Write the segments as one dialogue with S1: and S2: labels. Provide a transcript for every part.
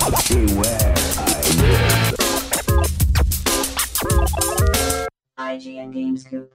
S1: everywhere I live.
S2: IGN Games Coop.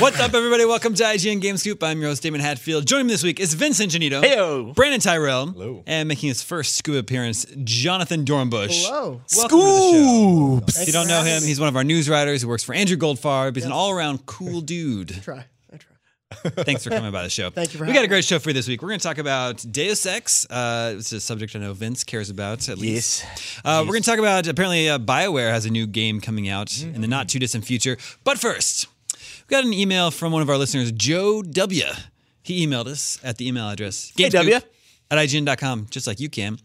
S3: What's up, everybody? Welcome to IGN Game Scoop. I'm your host, Damon Hatfield. Joining me this week is Vincent Genito,
S4: Heyo.
S3: Brandon Tyrell,
S5: Hello.
S3: and making his first Scoop appearance, Jonathan Dornbush.
S6: Hello.
S3: Welcome To the show.
S6: Thanks
S3: If you don't
S6: for
S3: know
S6: having
S3: him,
S6: me.
S3: he's one of our news writers who works for Andrew Goldfarb. He's an all-around cool dude.
S6: try. I try.
S3: Thanks for coming by the show.
S6: Thank you for
S3: We got a
S6: having
S3: great show for you this week. We're going to talk about Deus Ex. Uh, it's a subject I know Vince cares about, at least. Uh, we're going to talk about apparently uh, BioWare has a new game coming out in the
S6: Mm-hmm.
S3: not too distant future. But first, we got an email from one of our listeners, Joe W. He emailed us at the email address hey,
S4: W.
S3: at IGN.com, just like you can.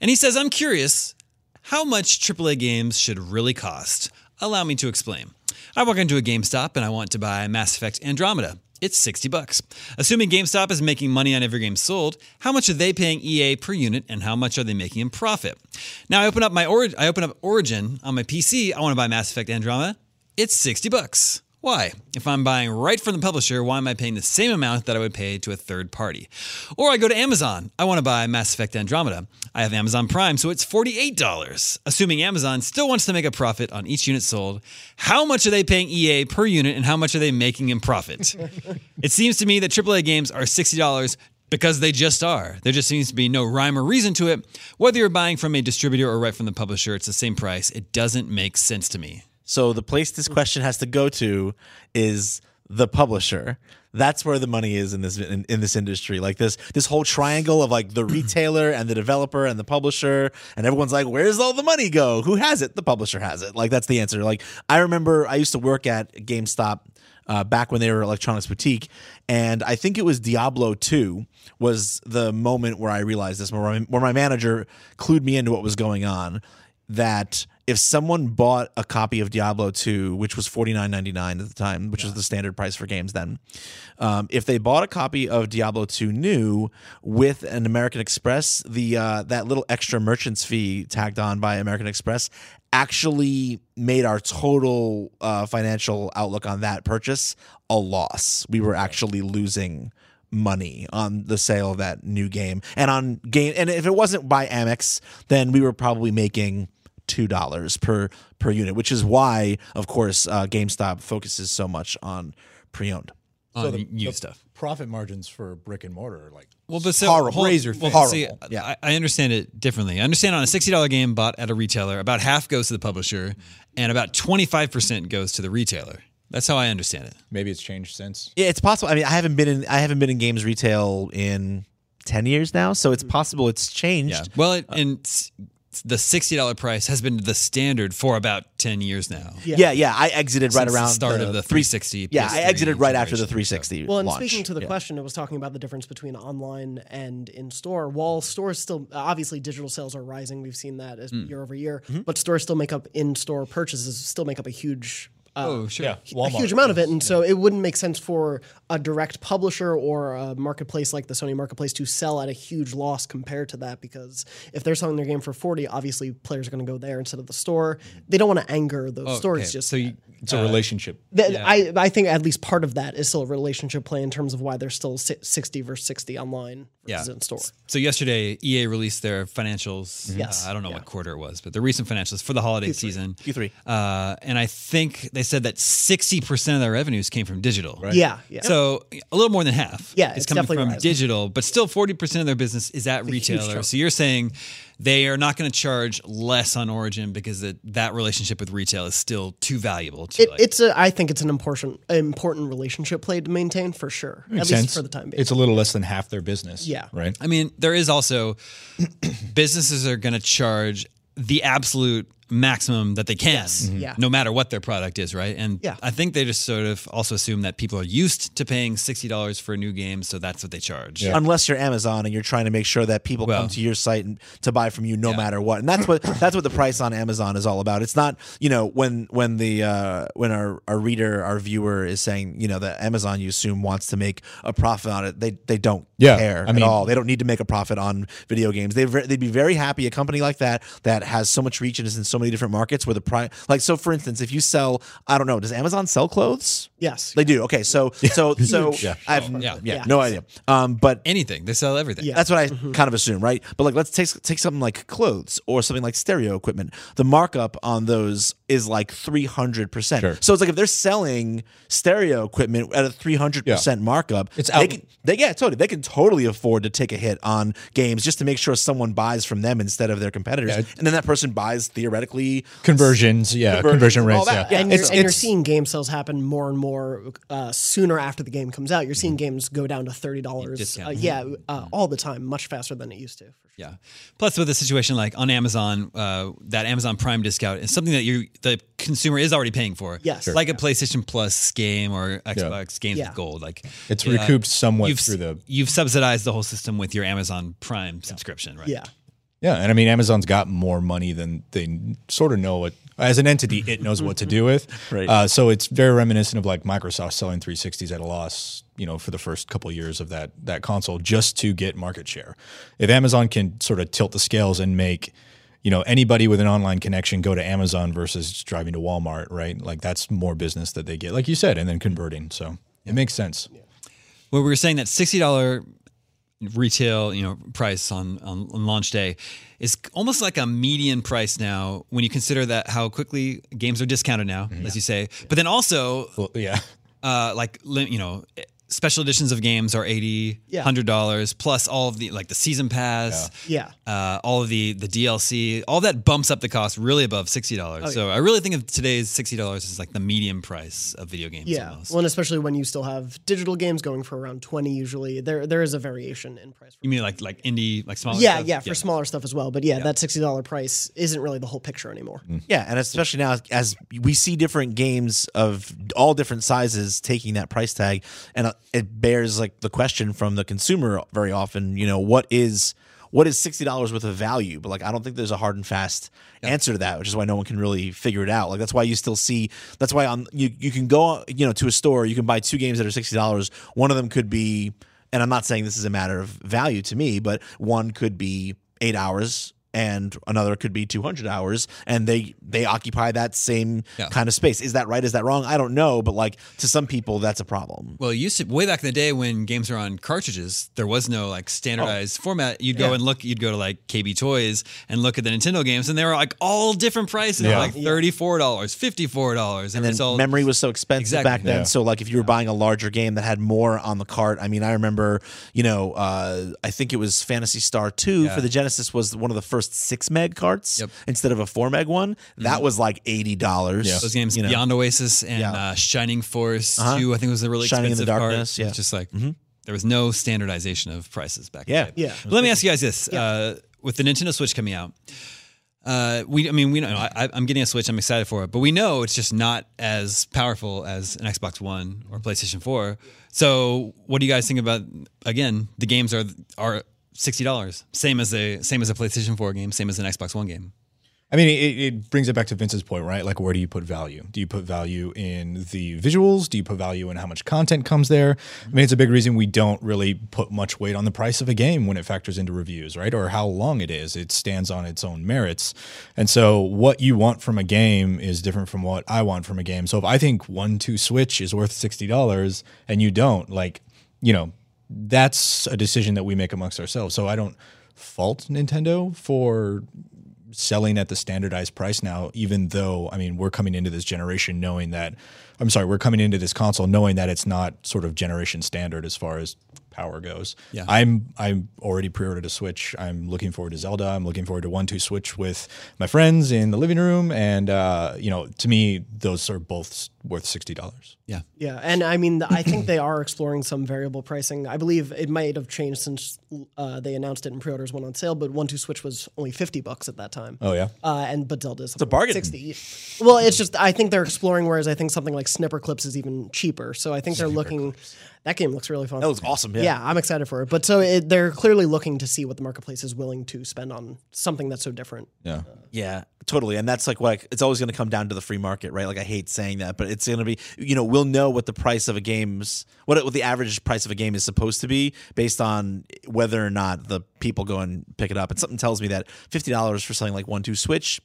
S3: And he says, I'm curious how much AAA games should really cost. Allow me to explain. I walk into a GameStop and I want to buy Mass Effect Andromeda. It's 60 bucks. Assuming GameStop is making money on every game sold, how much are they paying EA per unit and how much are they making in profit? Now I open up my Ori- I open up Origin on my PC, I want to buy Mass Effect Andromeda. It's 60 bucks. Why? If I'm buying right from the publisher, why am I paying the same amount that I would pay to a third party? Or I go to Amazon. I want to buy Mass Effect Andromeda. I have Amazon Prime, so it's $48. Assuming Amazon still wants to make a profit on each unit sold, how much are they paying EA per unit and how much are they making in profit? it seems to me that AAA games are $60 because they just are. There just seems to be no rhyme or reason to it. Whether you're buying from a distributor or right from the publisher, it's the same price. It doesn't make sense to me.
S4: So the place this question has to go to is the publisher. That's where the money is in this in, in this industry. Like this this whole triangle of like the retailer and the developer and the publisher and everyone's like, where's all the money go? Who has it? The publisher has it. Like that's the answer. Like I remember I used to work at GameStop uh, back when they were Electronics Boutique, and I think it was Diablo Two was the moment where I realized this, where my, where my manager clued me into what was going on. That if someone bought a copy of Diablo Two, which was forty nine ninety nine at the time, which was the standard price for games then, um, if they bought a copy of Diablo Two new with an American Express, the uh, that little extra merchants fee tagged on by American Express actually made our total uh, financial outlook on that purchase a loss. We were actually losing money on the sale of that new game and on game. And if it wasn't by Amex, then we were probably making two dollars per per unit, which is why, of course, uh, GameStop focuses so much on pre-owned.
S3: On
S5: the-
S3: new
S5: the
S3: stuff.
S5: Profit margins for brick and mortar are like
S3: Well, but so,
S4: Horrible.
S3: hold-
S4: Razor
S3: well,
S4: thin.
S3: see,
S4: Horrible. Yeah.
S3: I, I understand it differently. I understand on a sixty dollar game bought at a retailer, about half goes to the publisher, and about twenty five percent goes to the retailer. That's how I understand it.
S5: maybe it's changed since.
S4: Yeah, it's possible. I mean, I haven't been in I haven't been in games retail in ten years now, so
S3: Mm.
S4: it's possible it's changed.
S3: Yeah. Well, it,
S4: Uh,
S3: and s- the sixty dollar price has been the standard for about ten years now.
S4: Yeah,
S6: Yeah.
S4: yeah. I exited
S3: Since
S4: right around
S3: the start of the three sixty.
S4: Yeah, I exited right after the 360
S6: Well, and
S4: launch.
S6: speaking to the
S4: Yeah.
S6: question, it was talking about the difference between online and in store. While stores still, obviously, digital sales are rising. We've seen that as
S3: Hmm.
S6: year over year, but stores still make up in store purchases, still make up a huge. Uh,
S3: Oh sure.
S5: Yeah,
S6: a huge amount of it, and so it wouldn't make sense for a direct publisher or a marketplace like the Sony marketplace to sell at a huge loss compared to that. Because if they're selling their game for forty, obviously players are going to go there instead of the store. They don't want to anger those stores.
S3: Mm-hmm. Okay,
S6: Just
S3: so you,
S5: It's
S6: uh,
S5: a relationship.
S6: Th I, I think at least part of that is still a relationship play in terms of why there's still si- 60 versus 60 online versus in store.
S3: So yesterday, EA released their financials.
S6: Yes.
S3: Uh, I don't know what quarter it was, but the recent financials for the holiday season.
S4: Q3.
S3: Uh, and I think they said that 60% of their revenues came from digital. Right.
S6: Yeah, yeah.
S3: So a little more than half
S6: Yeah,
S3: is
S6: it's
S3: coming
S6: definitely
S3: from
S6: rising.
S3: digital, but still 40% of their business is at retailer. So you're saying they are not going to charge less on Origin because it, that relationship with retail is still too valuable to
S6: it,
S3: like,
S6: it's a, I think it's an important important relationship play to maintain for sure, at least for the time being.
S5: It's a little less than half their business.
S6: Yeah.
S5: Right.
S3: I mean, there is also businesses are going to charge the absolute maximum that they can,
S6: Yeah.
S3: no matter what their product is, right? And
S6: Mm-hmm. Yeah.
S3: I think they just sort of also assume that people are used to paying sixty dollars for a new game, so that's what they charge.
S4: Unless you're Amazon and you're trying to make sure that people
S3: Well-
S4: come to your site and, to buy from you no matter what, and that's what that's what the price on Amazon is all about. It's not you know when when the uh, when our, our reader our viewer is saying you know that Amazon you assume wants to make a profit on it. They they don't
S5: Yeah,
S4: care
S5: I mean-
S4: at all. They don't need to make a profit on video games. They they'd be very happy a company like that that has so much reach and is in so so many different markets where the price, like, so for instance, if you sell, I don't know, does Amazon sell clothes?
S6: Yes.
S4: They do. Okay, so so so
S5: Yeah.
S4: I have
S3: Yeah.
S4: yeah.
S6: Yeah.
S4: no idea. Um, but
S3: Anything. They sell everything.
S6: Yeah.
S4: that's what I
S5: Mm-hmm.
S4: kind of assume, right? But like, let's take take something like clothes or something like stereo equipment. The markup on those is like three hundred
S5: Sure.
S4: percent. So it's like if they're selling stereo equipment at a three hundred percent markup,
S5: It's
S4: they
S5: out-
S4: can they yeah totally they can totally afford to take a hit on games just to make sure someone buys from them instead of their competitors,
S5: Yeah.
S4: and then that person buys theoretically
S5: Conversions, yeah,
S4: Conversions,
S5: conversion
S4: all
S5: rates, yeah.
S4: that.
S6: and, you're,
S5: It's-
S6: and you're
S5: it's-
S6: seeing game sales happen more and more uh, sooner after the game comes out. You're seeing games go down to thirty dollars. Uh,
S3: Discount.
S6: yeah, uh, all the time, much faster than it used to. For sure.
S3: Yeah. Plus, with a situation like on Amazon, uh, that Amazon Prime discount is something that you the consumer is already paying for.
S6: Yes. Sure.
S3: Like a PlayStation Plus game or Xbox games
S6: Yeah.
S3: with gold. Like
S5: It's
S3: uh,
S5: recouped somewhat
S3: you've
S5: through the
S3: you've subsidized the whole system with your Amazon Prime subscription, right?
S6: Yeah,
S5: yeah, and I mean Amazon's got more money than they sort of know what as an entity it knows what to do with.
S4: Right.
S5: Uh, so it's very reminiscent of like Microsoft selling 360s at a loss, you know, for the first couple years of that that console just to get market share. If Amazon can sort of tilt the scales and make you know anybody with an online connection go to Amazon versus just driving to Walmart, right? Like that's more business that they get, like you said, and then converting. So it makes sense.
S3: Where we were saying that sixty dollar retail, you know, price on, on on launch day is almost like a median price now when you consider that how quickly games are discounted now,
S6: Mm-hmm.
S3: as you say. But then also
S5: Well, yeah.
S3: uh, like lim- you know special editions of games are 80
S6: Yeah.
S3: 100 dollars plus all of the like the season pass
S6: yeah.
S3: uh, all of the the dlc all that bumps up the cost really above 60 dollars so i really think of today's 60 dollars as like the medium price of video games
S6: Yeah,
S3: almost.
S6: well, and especially when you still have digital games going for around twenty usually. There, there is a variation in price. For
S3: you mean like like indie like smaller
S6: yeah,
S3: stuff?
S6: yeah, for smaller stuff as well. But yeah, that sixty dollar price isn't really the whole picture anymore.
S4: Yeah, and especially now as we see different games of all different sizes taking that price tag, and uh, it bears like the question from the consumer very often. You know, what is what is sixty dollars worth of value? But like, I don't think there's a hard and fast answer to that, which is why no one can really figure it out. Like that's why you still see that's why on you you can go you know to a store, you can buy two games that are sixty dollars. One of them could be, and I'm not saying this is a matter of value to me, but one could be eight hours and another could be 200 hours and they they occupy that same
S3: Yeah.
S4: kind of space is that right is that wrong i don't know but like to some people that's a problem
S3: well, it used to way back in the day when games were on cartridges, there was no like standardized format. You'd go and look, you'd go to like KB Toys and look at the Nintendo games, and they were like all different prices,
S5: Yeah.
S3: like thirty four dollars, fifty four dollars, and,
S4: and
S3: it's
S4: then
S3: all
S4: memory was so expensive
S3: Exactly.
S4: back then
S5: Yeah.
S4: so like if you were buying a larger game that had more on the cart i mean i remember you know uh, i think it was fantasy star 2
S3: Yeah.
S4: for the genesis was one of the first six meg carts
S3: Yep. Mm-hmm.
S4: instead of a four meg one that was like $80
S5: Yeah.
S3: those games
S4: you know?
S3: Beyond Oasis and
S4: Yeah.
S3: uh, Shining Force
S4: Uh-huh.
S3: 2 I think was a really
S4: Shining in the
S3: expensive card.
S4: Darkness, yeah. Mm-hmm.
S3: It's just like there was no standardization of prices back
S4: Yeah.
S3: in the day.
S6: Yeah.
S3: But let me ask you guys this. Uh, with the Nintendo Switch coming out, uh, we I mean we know I, I- I'm getting a Switch. I'm excited for it, but we know it's just not as powerful as an Xbox One or PlayStation Four. So what do you guys think about? Again, the games are are sixty dollars, same as a same as a PlayStation Four game, same as an Xbox One game.
S5: I mean, it, it brings it back to Vince's point, right? Like, where do you put value? Do you put value in the visuals? Do you put value in how much content comes there? I mean, it's a big reason we don't really put much weight on the price of a game when it factors into reviews, right? Or how long it is. It stands on its own merits. And so, what you want from a game is different from what I want from a game. So, if I think one, two Switch is worth $60 and you don't, like, you know, that's a decision that we make amongst ourselves. So, I don't fault Nintendo for selling at the standardized price now, even though, I mean, we're coming into this generation knowing that, I'm sorry, we're coming into this console knowing that it's not sort of generation standard as far as power goes.
S3: Yeah.
S5: I'm, I'm already pre-ordered a Switch. I'm looking forward to Zelda. I'm looking forward to one, two Switch with my friends in the living room. And, uh, you know, to me, those are both worth $60.
S3: Yeah.
S6: Yeah, and I mean, I think they are exploring some variable pricing. I believe it might have changed since uh, they announced it and pre-orders went on sale, but One Two Switch was only fifty bucks at that time.
S5: Oh yeah.
S6: Uh, and but Zelda is a
S4: bargain.
S6: Sixty. Well, it's just I think they're exploring. Whereas I think something like Snipper Clips is even cheaper. So I think they're looking. That game looks really fun.
S4: that was awesome yeah,
S6: yeah. I'm excited for it. But so it, they're clearly looking to see what the marketplace is willing to spend on something that's so different.
S5: Yeah.
S4: Yeah, totally. And that's like what I- it's always going to come down to the free market, right? Like I hate saying that, but it's going to be you know we'll know what the price of a game's what what the average price of a game is supposed to be based on whether or not the people go and pick it up. And something tells me that fifty dollars for something like one two switch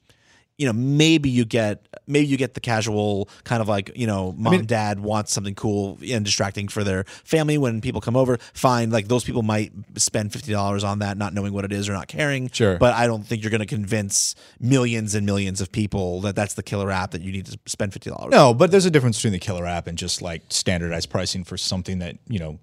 S4: you know, maybe you get maybe you get the casual kind of like you know, mom dad wants something cool and distracting for their family when people come over. Fine, like those people might spend fifty dollars on that, not knowing what it is or not caring.
S5: Sure.
S4: but I don't think you're going to convince millions and millions of people that that's the killer app that you need to spend fifty dollars.
S5: No, but there's a difference between the killer app and just like standardized pricing for something that, you know,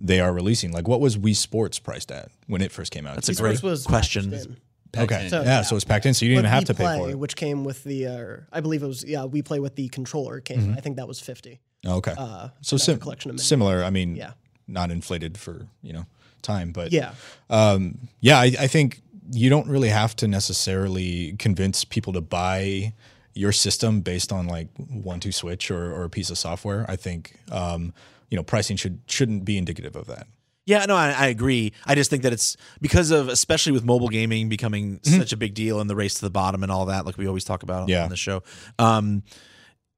S5: they are releasing. Like what was Wii Sports priced at when it first came out? That's
S4: a great
S6: This was
S4: question.
S6: packaged in.
S5: okay.
S6: So-
S5: yeah, so it's packed in, so you didn't
S6: But
S5: even have
S6: We
S5: to pay
S6: Play,
S5: for it.
S6: which came with the, uh, I believe it was, yeah, we play with the controller came.
S5: Mm-hmm.
S6: I think that was fifty.
S5: Okay.
S6: Uh,
S5: so
S6: that's
S5: sim-
S6: a collection of many.
S5: similar, I mean,
S6: Yeah.
S5: not inflated for, you know, time, but
S6: Yeah,
S5: um, yeah, I, I think you don't really have to necessarily convince people to buy your system based on like one two switch or, or a piece of software. I think um, you know pricing should shouldn't be indicative of that.
S4: Yeah, no, I, I agree. I just think that it's because of, especially with mobile gaming becoming such a big deal and the race to the bottom and all that, like we always talk about on-
S5: Mm-hmm. Yeah.
S4: on the show. Um,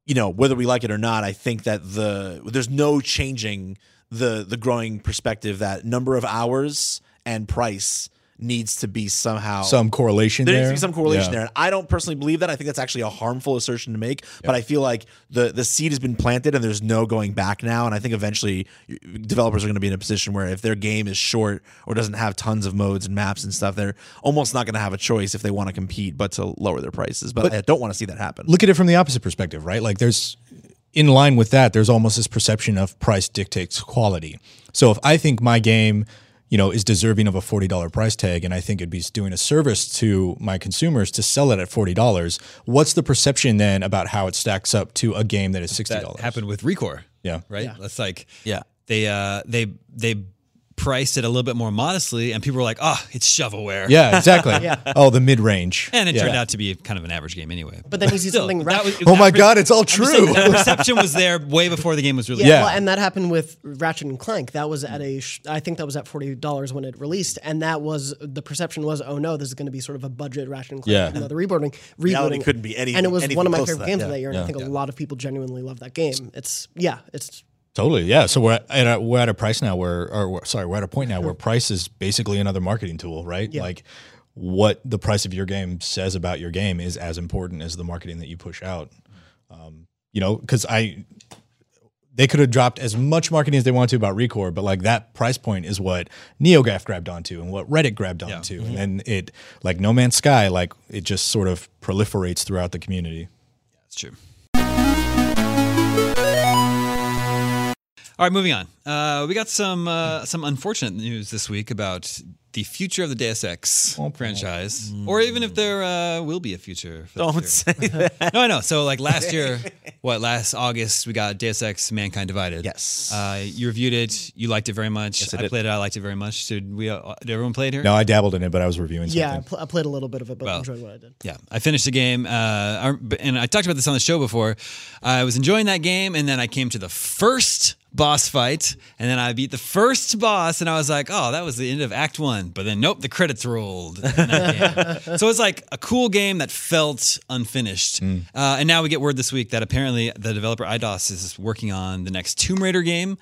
S4: you know, whether we like it or not, I think that the there's no changing the the growing perspective that number of hours and price needs to be somehow
S5: Some correlation
S4: there
S5: there.
S4: needs to be some correlation
S5: Yeah.
S4: there. And I don't personally believe that. I think that's actually a harmful assertion to make. But I feel like the the seed has been planted and there's no going back now. And I think eventually y- developers are going to be in a position where if their game is short or doesn't have tons of modes and maps and stuff, they're almost not going to have a choice if they want to compete but to lower their prices. But, I don't want to see that happen.
S5: Look at it from the opposite perspective, right? Like there's in line with that, there's almost this perception of price dictates quality. So if I think my game, you know, is deserving of a forty dollar price tag, and I think it'd be doing a service to my consumers to sell it at forty dollars, what's the perception then about how it stacks up to a game that is sixty
S3: that
S5: dollars?
S3: happened with Recore.
S5: Yeah.
S3: right. That's like
S4: Yeah.
S3: they uh they they priced it a little bit more modestly, and people were like, oh, it's shovelware.
S5: Yeah, exactly. Oh, the mid range.
S3: and it turned out to be kind of an average game anyway.
S6: but then you see
S3: Still,
S6: something.
S3: that
S6: Rap-
S3: was-
S5: Oh my
S3: that-
S5: God, it's all
S3: So
S5: true.
S3: that perception was there way before the game was released.
S6: yeah,
S5: Yeah. Mm.
S6: Well, and that happened with Ratchet and Clank. That was at a, sh- I think that was at forty dollars when it released, and that was the perception was, oh no, this is going to be sort of a budget Ratchet and Clank.
S5: Yeah.
S6: even though they're rebooting,
S4: Reality
S6: rebooting.
S4: couldn't be anything-
S6: And it was
S4: anything
S6: one of my
S4: close to
S6: favorite
S4: that.
S6: games
S4: Yeah.
S6: of that year, and I think a lot of people genuinely love that game. It's yeah, it's
S5: Totally, yeah. So we're at a, we're at a price now where, or we're- sorry, we're at a point now where price is basically another marketing tool, right? Like what the price of your game says about your game is as important as the marketing that you push out. Um, you know, because I they could have dropped as much marketing as they wanted to about Recore, but like that price point is what NeoGAF grabbed onto and what Reddit grabbed onto, and then it like No Man's Sky, like it just sort of proliferates throughout the community.
S3: That's true. All right, moving on. Uh, we got some uh, some unfortunate news this week about the future of the Deus Ex franchise, or even if there uh, will be a future. For
S4: Don't say that.
S3: No, I know. So, like last year, what last August we got Deus Ex: Mankind Divided.
S4: Yes.
S3: Uh, you reviewed it. You liked it very much.
S4: I
S3: I,
S4: did.
S3: played it. I liked it very much. Did we? Uh, did everyone play it here?
S5: No, I dabbled in it, but I was reviewing something.
S6: yeah. I, pl- I played a little bit of it, but enjoyed what I did.
S3: Yeah, I finished the game, uh, I- and I talked about this on the show before. I was enjoying that game, and then I came to the first boss fight, and then I beat the first boss, and I was like, "Oh, that was the end of Act One." But then, nope, the credits rolled. in that game. so it's like a cool game that felt unfinished. Uh, and now we get word this week that apparently the developer IDOS is working on the next Tomb Raider game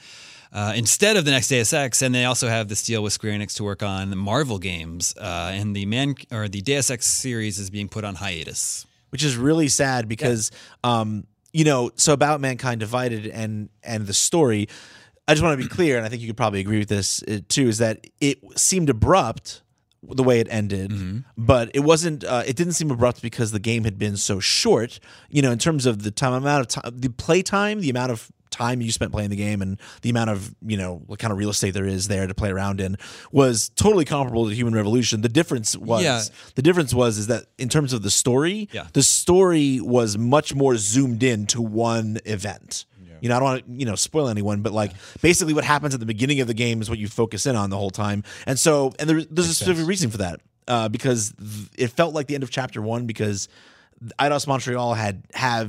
S3: uh, instead of the next Deus Ex, and they also have this deal with Square Enix to work on Marvel games, uh, and the man or the Deus Ex series is being put on hiatus.
S4: which is really sad because um you know so about mankind divided and and the story i just want to be clear and i think you could probably agree with this uh, too is that it seemed abrupt the way it ended but it wasn't uh, it didn't seem abrupt because the game had been so short you know in terms of the time amount of time the play time the amount of time you spent playing the game and the amount of you know what kind of real estate there is there to play around in was totally comparable to human revolution the difference was
S3: Yeah.
S4: the difference was is that in terms of the story,
S3: Yeah.
S4: the story was much more zoomed in to one event. You know, I don't want to, you know, spoil anyone, but like basically what happens at the beginning of the game is what you focus in on the whole time. And so, and there, there's a specific reason for that uh, because th- it felt like the end of chapter one because IDOS Montreal had have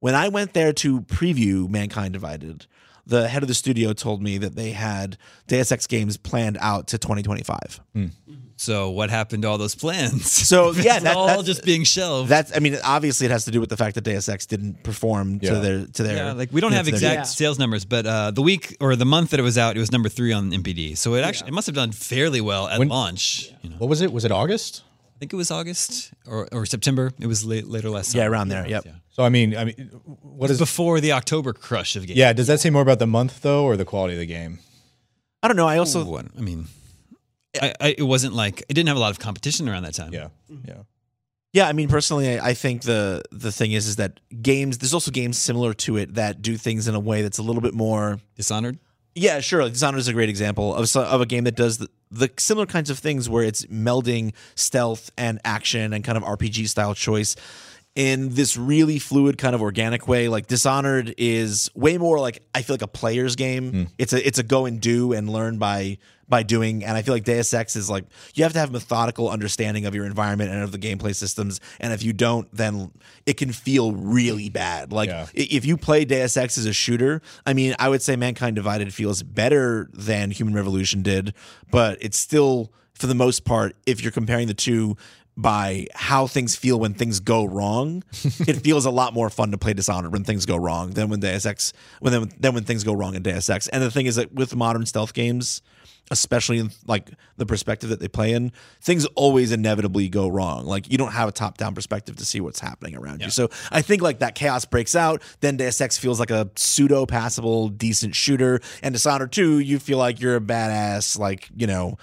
S4: when I went there to preview Mankind Divided, the head of the studio told me that they had Deus Ex games planned out to 2025.
S3: Hmm. So what happened to all those plans?
S4: So, yeah,
S3: It's
S4: that-
S3: all
S4: that-
S3: just being shelved.
S4: That's I mean, obviously it has to do with the fact that Deus Ex didn't perform to
S5: Yeah.
S4: their to their
S3: yeah, like we don't
S4: you know,
S3: have
S4: to their-
S3: exact
S6: Yeah.
S3: sales numbers, but uh, the week or the month that it was out, it was number three on MPD. So it actually it must have done fairly well at launch. You know,
S5: What was it? Was it August?
S3: I think it was August or, or September. It was late, later last
S4: Yeah,
S3: summer.
S4: around there. Yep.
S5: So I mean, I mean, what is?
S3: Before the October crush of games.
S5: Yeah, does that say more about the month though, or the quality of the game?
S4: Mm-hmm. I don't know. I also
S3: One. I mean, I, I, it wasn't like, it didn't have a lot of competition around that time.
S5: Yeah,
S4: Mm-hmm.
S5: yeah.
S4: Yeah, I mean personally, I I think the the thing is is that games. There's also games similar to it that do things in a way that's a little bit more.
S3: Dishonored.
S4: Yeah, sure. Like Dishonored is a great example of so- of a game that does the, the similar kinds of things where it's melding stealth and action and kind of RPG style choice in this really fluid kind of organic way. Like Dishonored is way more like I feel like a player's game. It's a it's a go and do and learn by by doing. And I feel like Deus Ex is like you have to have methodical understanding of your environment and of the gameplay systems. And if you don't, then it can feel really bad. Like
S5: Yeah.
S4: i- if you play Deus Ex as a shooter, I mean, I would say Mankind Divided feels better than Human Revolution did, but it's still for the most part, if you're comparing the two by how things feel when things go wrong, it feels a lot more fun to play Dishonored when things go wrong than when Deus Ex when then, then when things go wrong in Deus Ex. And the thing is that with modern stealth games, especially in like the perspective that they play in, things always inevitably go wrong. Like you don't have a top-down perspective to see what's happening around you. So I think like that chaos breaks out, then Deus Ex feels like a pseudo passable, decent shooter, and Dishonored 2, you feel like you're a badass, like, you know,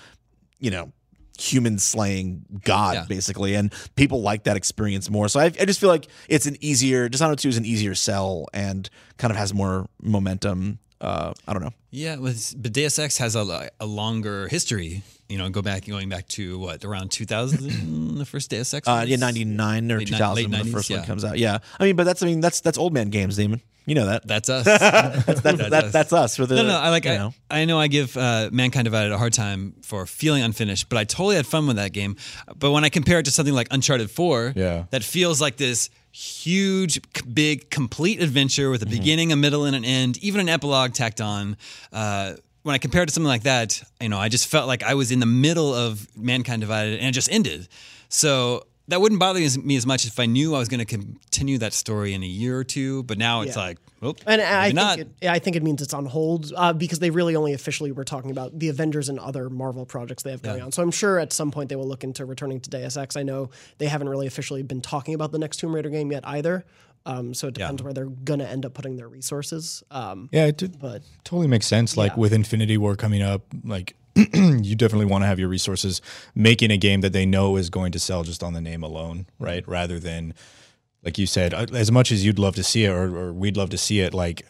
S4: you know, human slaying god
S3: Yeah.
S4: basically and people like that experience more so I, I just feel like it's an easier dishonored 2 is an easier sell and kind of has more momentum uh i don't know
S3: Yeah, it was, but Deus Ex has a, li- a longer history. You know, go back going back to what around 2000, the first Deus Ex.
S4: uh
S3: was?
S4: yeah 99 or
S3: Late ni-
S4: 2000
S3: late
S4: when the
S3: 90s,
S4: first
S3: yeah.
S4: one comes out yeah i mean but that's i mean that's that's old man games demon you know that
S3: That's us. that's,
S4: that's that, that's us with the,
S3: No, no, I like.
S4: you
S3: I
S4: know.
S3: I know I give uh, Mankind Divided a hard time for feeling unfinished, but I totally had fun with that game. But when I compare it to something like Uncharted Four,
S5: Yeah.
S3: that feels like this huge, c- big, complete adventure with a
S4: Mm-hmm.
S3: beginning, a middle, and an end, even an epilogue tacked on. Uh, when I compare it to something like that, you know, I just felt like I was in the middle of Mankind Divided, and it just ended. So. That wouldn't bother me as- me as much if I knew I was going to continue that story in a year or two, but now it's
S6: Yeah.
S3: like, oh,
S6: And
S3: maybe
S6: I think,
S3: not.
S6: It, yeah, I think it means it's on hold uh, because they really only officially were talking about the Avengers and other Marvel projects they have going on. So I'm sure at some point they will look into returning to Deus Ex. I know they haven't really officially been talking about the next Tomb Raider game yet either. Um, so it depends where they're going to end up putting their resources. Um,
S5: Yeah, it did,
S6: But-
S5: totally makes sense. Like with Infinity War coming up, like you definitely want to have your resources making a game that they know is going to sell just on the name alone,
S4: Mm-hmm.
S5: right? Rather than, like you said, uh, as much as you'd love to see it or, or we'd love to see it, like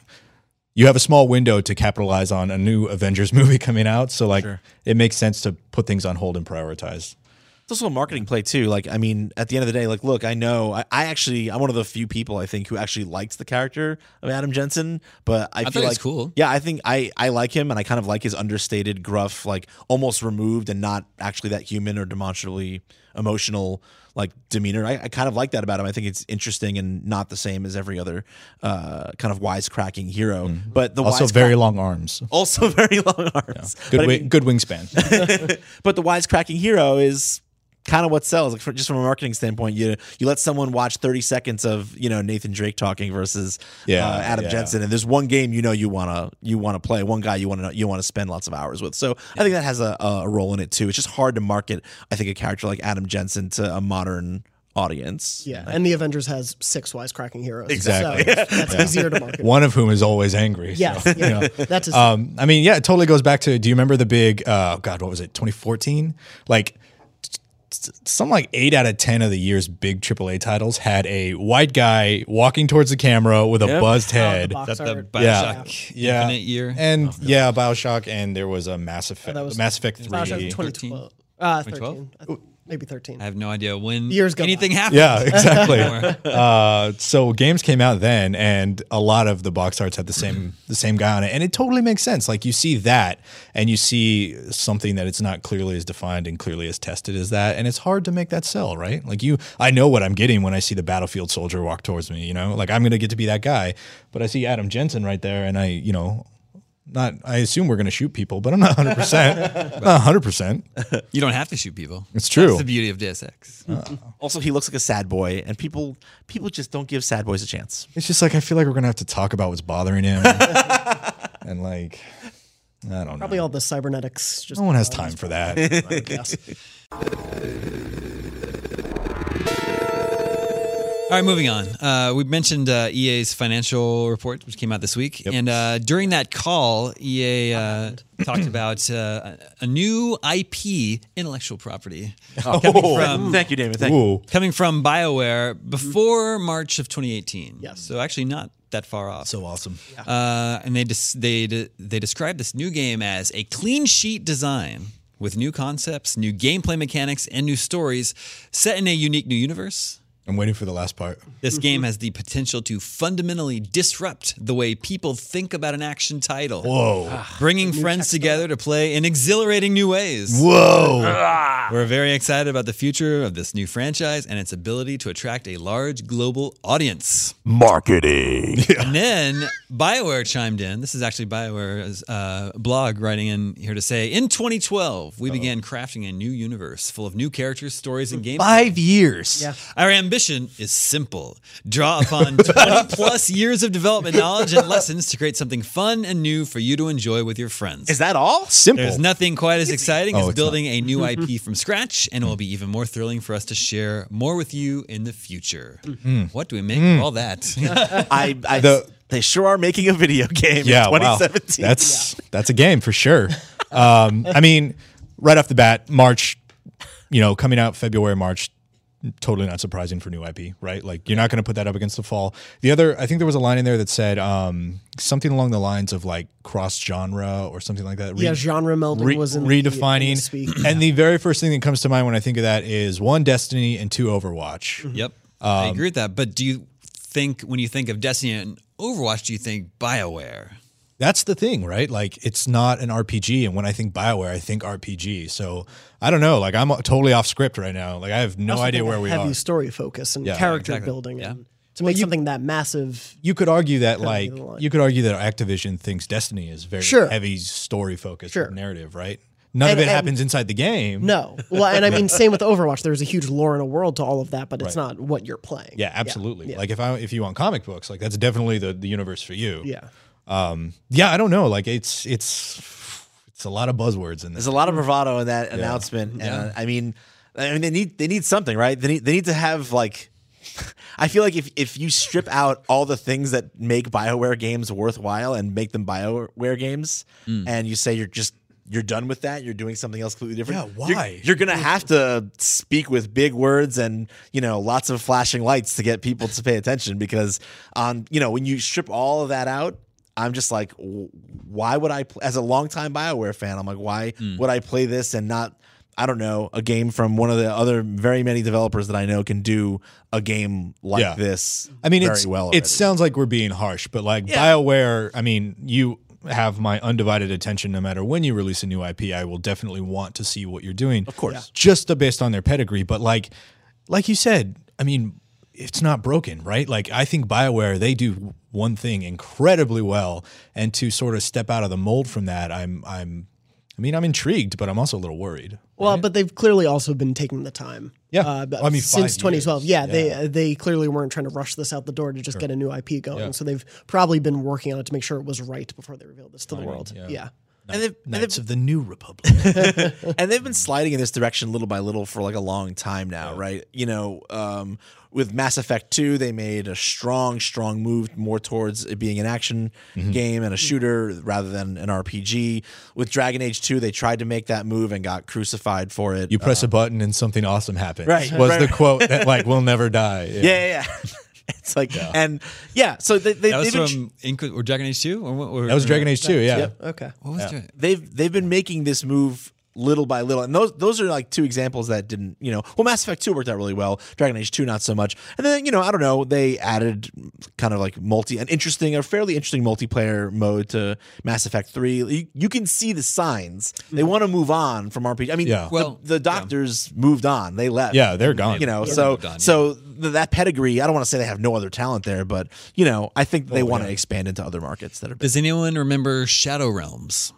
S5: you have a small window to capitalize on a new Avengers movie coming out. So like it makes sense to put things on hold and prioritize.
S4: It's also a marketing play too. Like, I mean, at the end of the day, like, look, I know, I, I actually, I'm one of the few people I think who actually liked the character of Adam Jensen, but I,
S3: thought
S4: feel
S3: he
S4: like,
S3: was cool.
S4: yeah, I think I, I like him, and I kind of like his understated, gruff, like almost removed and not actually that human or demonstrably emotional, like demeanor. I, I kind of like that about him. I think it's interesting and not the same as every other uh, kind of wisecracking hero. But the
S5: Also,
S4: wisecrack-
S5: very long arms.
S4: also very long arms.
S5: Good,
S4: But I
S5: wi-
S4: mean-
S5: good wingspan.
S4: but the wisecracking hero is kind of what sells. Like for, just from a marketing standpoint, you you let someone watch thirty seconds of you know Nathan Drake talking versus
S5: Yeah,
S4: uh, Adam
S5: yeah.
S4: Jensen, and there's one game you know you wanna you wanna play, one guy you wanna you wanna spend lots of hours with. So I think that has a, a role in it too. It's just hard to market. I think a character like Adam Jensen to a modern audience.
S6: yeah. And the Avengers has six wisecracking heroes.
S5: Exactly.
S6: So that's easier to market.
S5: One of whom is always angry. so,
S6: Yes.
S5: you
S6: yeah.
S5: know.
S6: That's his
S5: Um, I mean, yeah, it totally goes back to. Do you remember the big? Uh, God, what was it? 2014. Like, t- t- some like eight out of ten of the year's big AAA titles had a white guy walking towards the camera with a buzzed head.
S6: box
S3: Is that the
S6: art.
S5: Yeah.
S3: Bioshock
S5: yeah,
S3: Infinite year?
S5: and yeah, Bioshock, and there was a Mass Effect,
S6: was-
S5: Mass Effect three.
S6: Bioshock 2012. Uh, 13. I th- Maybe 13.
S3: I have no idea when
S6: Years go
S3: anything
S6: by.
S3: happened.
S5: Yeah, exactly.
S3: Anymore.
S5: uh, so games came out then, and a lot of the box arts had the same the same guy on it, and it totally makes sense. Like you see that, and you see something that it's not clearly as defined and clearly as tested as that, and it's hard to make that sell, right? Like you, I know what I'm getting when I see the battlefield soldier walk towards me. You know, like I'm gonna get to be that guy, but I see Adam Jensen right there, and I, you know. Not, I assume we're going to shoot people, but I'm not 100. percent Not 100. percent
S3: You don't have to shoot people.
S5: It's true.
S3: That's the beauty of Deus Ex.
S4: Also, he looks like a sad boy, and people people just don't give sad boys a chance.
S5: It's just like I feel like we're gonna have to talk about what's bothering him, and like I don't
S6: Probably
S5: know.
S6: all the cybernetics. Just
S5: No one has time for that.
S6: Yes.
S3: All right, moving on. Uh, we mentioned uh, EA's financial report, which came out this week, and uh, during that call, EA uh, talked about uh, a new IP, intellectual property,
S4: Oh, thank you, David. Thank you.
S5: Ooh.
S3: coming from BioWare before March of 2018.
S6: Yes.
S3: so actually not that far off.
S5: So awesome.
S3: Uh, and they des- they de- they describe this new game as a clean sheet design with new concepts, new gameplay mechanics, and new stories set in a unique new universe.
S5: I'm waiting for the last part.
S3: This game has the potential to fundamentally disrupt the way people think about an action title. Whoa. Bringing friends together to play in exhilarating new ways.
S5: Whoa.
S3: We're very excited about the future of this new franchise and its ability to attract a large global audience.
S1: Marketing.
S3: And then BioWare chimed in. This is actually BioWare's uh, blog writing in here to say In 2012, we began crafting a new universe full of new characters, stories, and games.
S5: Five years. Yeah.
S3: Our ambition is simple draw upon 20 plus years of development knowledge and lessons to create something fun and new for you to enjoy with your friends.
S4: Is that all?
S5: Simple.
S3: There's nothing quite as exciting
S5: Oh,
S3: as
S5: it's
S3: building a new IP from scratch, and it will be even more thrilling for us to share more with you in the future.
S5: Hmm.
S3: What do we make of all that?
S4: I, I
S5: The-
S4: they sure are making a video game
S5: yeah,
S4: in
S5: wow.
S4: 2017.
S5: That's that's a game for sure. Um, I mean, right off the bat, March, you know, coming out February, March, totally not surprising for new IP, right? Like you're not going to put that up against the fall. The other, I think there was a line in there that said um, something along the lines of like cross genre or something like that.
S6: yeah,
S5: Re-
S6: genre melding
S5: re-
S6: was in the- in the
S5: redefining.
S6: speak.
S5: and the very first thing that comes to mind when I think of that is one Destiny and two Overwatch.
S6: Mm-hmm.
S3: yep, I
S5: Um,
S3: agree with that. But do you think, when you think of Destiny and Overwatch, do you think BioWare?
S5: That's the thing, right? Like it's not an RPG, and when I think Bioware, I think RPG. So I don't know. Like I'm totally off script right now. Like I have no
S6: also
S5: idea
S6: think a
S5: where we
S6: heavy
S5: are.
S6: story focus and
S5: Yeah,
S6: character
S3: exactly.
S6: building.
S3: Yeah.
S6: And to make something that massive,
S5: You could argue that,
S6: be
S5: like
S6: the line.
S5: you could argue that Activision thinks Destiny is very
S6: Sure.
S5: heavy story focused
S6: Sure.
S5: narrative, right? None of
S6: And-
S5: it
S6: and-
S5: happens inside the game.
S6: no. Well, and I mean, same with Overwatch. There's a huge lore and a world to all of that, but it's
S5: Right.
S6: not what you're playing.
S5: Yeah, absolutely. Like if I if you want comic books, like that's definitely the the universe for you.
S6: Yeah.
S5: Yeah, I don't know. Like it's it's it's a lot of buzzwords in this.
S4: There's a lot of bravado in that announcement, and uh, I mean, I mean they need they need something, right? They need they need to have like. I feel like if, if you strip out all the things that make Bioware games worthwhile and make them Bioware games,
S5: Mm.
S4: and you say you're just you're done with that, you're doing something else completely different.
S5: Yeah,
S4: you're-
S5: why?
S4: You're, gonna have to speak with big words and you know lots of flashing lights to get people to pay attention because on you know when you strip all of that out, I'm just like, w- why would I? Pl-? As a longtime Bioware fan, I'm like, why
S5: Hmm.
S4: would I play this and not? I don't know a game from one of the other very many developers that I know can do a game like
S5: Yeah.
S4: this.
S5: I mean,
S4: very
S5: it's,
S4: well.
S5: it
S4: already.
S5: sounds like we're being harsh, but like BioWare, I mean, you have my undivided attention no matter when you release a new IP. I will definitely want to see what you're doing. Of
S4: course. Yeah.
S5: Just the- based on their pedigree. But like, like you said, I mean, it's not broken, right? Like, I think BioWare, they do one thing incredibly well. And to sort of step out of the mold from that, I'm, I'm, I mean, I'm intrigued, but I'm also a little worried.
S6: Well, but they've clearly also been taking the time.
S5: Yeah.
S6: Uh, but
S5: I mean, five
S6: since 2012, yeah,
S5: years.
S6: they uh, they clearly weren't trying to rush this out the door to just get a new IP going. So they've probably been working on it to make sure it was right before they revealed this to the world. Yeah.
S4: and they've, and they've
S5: Knights of the New Republic.
S4: and they've been sliding in this direction little by little for like a long time now, right? You know, um, with Mass Effect 2, they made a strong, strong move more towards it being an action game and a shooter rather than an RPG. With Dragon Age 2, they tried to make that move and got crucified for it.
S5: You press a button and something awesome happens.
S4: Right,
S5: Was
S4: right,
S5: the
S4: right.
S5: quote that like we'll never die.
S4: yeah, yeah, yeah. it's like, and yeah, so they, they,
S3: That was
S4: they've been
S3: from Inqu- or Dragon Age 2? Or, what- or, uh,
S5: That was Dragon Age 2, yeah.
S6: Okay.
S3: What was Dra-
S4: they've they've been making this move little by little, and those those are like two examples that didn't, you know. Well, Mass Effect Two worked out really well, Dragon Age Two not so much, and then you know I don't know they added kind of like multi an interesting or fairly interesting multiplayer mode to Mass Effect Three. You, you can see the signs they want to move on from RPG. I mean,
S5: Yeah.
S4: the,
S3: Well,
S4: the doctors moved on, they left.
S5: Yeah, they're gone.
S4: You know, so
S3: moved on, yeah.
S4: so th- that pedigree. I don't want to say they have no other talent there, but you know, I think they want to expand into other markets that are.
S3: Does anyone remember Shadow Realms?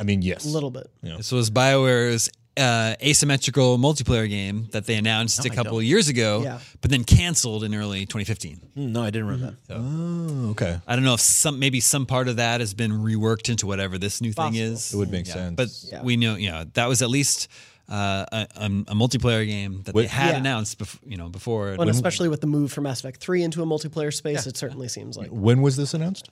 S5: I mean, yes.
S6: A little bit.
S3: This was BioWare's uh, asymmetrical multiplayer game that they announced a
S5: Oh
S3: couple of years ago,
S6: Yeah.
S3: but then canceled in early 2015.
S5: Mm-hmm.
S4: Mm, No, I didn't remember that.
S5: Oh, Okay.
S3: I don't know if some maybe some part of that has been reworked into whatever this new thing is.
S5: It would make sense.
S3: But we know, you know, that was at least uh, a, a, a multiplayer game that they had
S6: Yeah.
S3: announced before, you know, before.
S6: and especially with the move from Mass Effect 3 into a multiplayer space, it certainly seems like.
S5: When was this announced?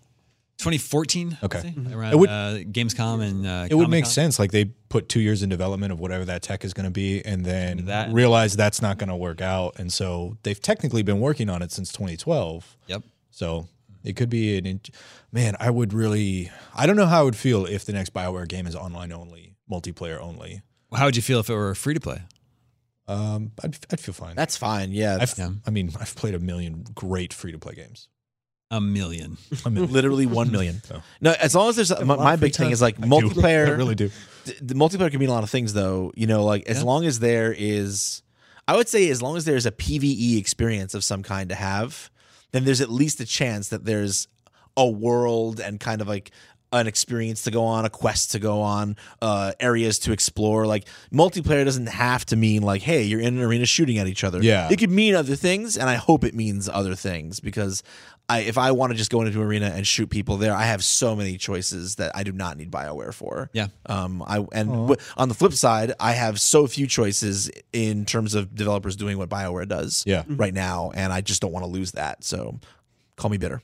S3: 2014.
S5: Okay. Mm-hmm.
S3: I'd say, around
S5: It would-
S3: uh, Gamescom and uh,
S5: It would make sense. Like they put two years in development of whatever that tech is going to be, and then
S3: That-
S5: realize that's not going to work out, and so they've technically been working on it since 2012.
S3: Yep.
S5: So it could be an in- man. I would really. I don't know how I would feel if the next Bioware game is online only, multiplayer only.
S3: How would you feel if it were free to play?
S5: Um, I'd, I'd feel fine.
S4: That's fine. Yeah.
S5: I've,
S3: Yeah.
S5: I mean, I've played a million great free to play games.
S3: A million.
S5: A million.
S4: Literally one million.
S5: So.
S4: No, as long as there's Uh, my,
S6: lot
S4: my
S6: of free
S4: big thing
S6: time.
S4: is like
S5: I do.
S4: multiplayer.
S5: I really do.
S4: th- the multiplayer can mean a lot of things though you know like as
S3: Yeah.
S4: long as there is i would say as long as there's a pve experience of some kind to have then there's at least a chance that there's a world and kind of like an experience to go on a quest to go on uh areas to explore like multiplayer doesn't have to mean like hey you're in an arena shooting at each other
S5: Yeah.
S4: it could mean other things and i hope it means other things because I, if I want to just go into an arena and shoot people there, I have so many choices that I do not need Bioware for.
S3: Yeah.
S4: Um, I and w- on the flip side, I have so few choices in terms of developers doing what Bioware does.
S5: Yeah.
S4: Right now, and I just don't want to lose that. So, call me bitter.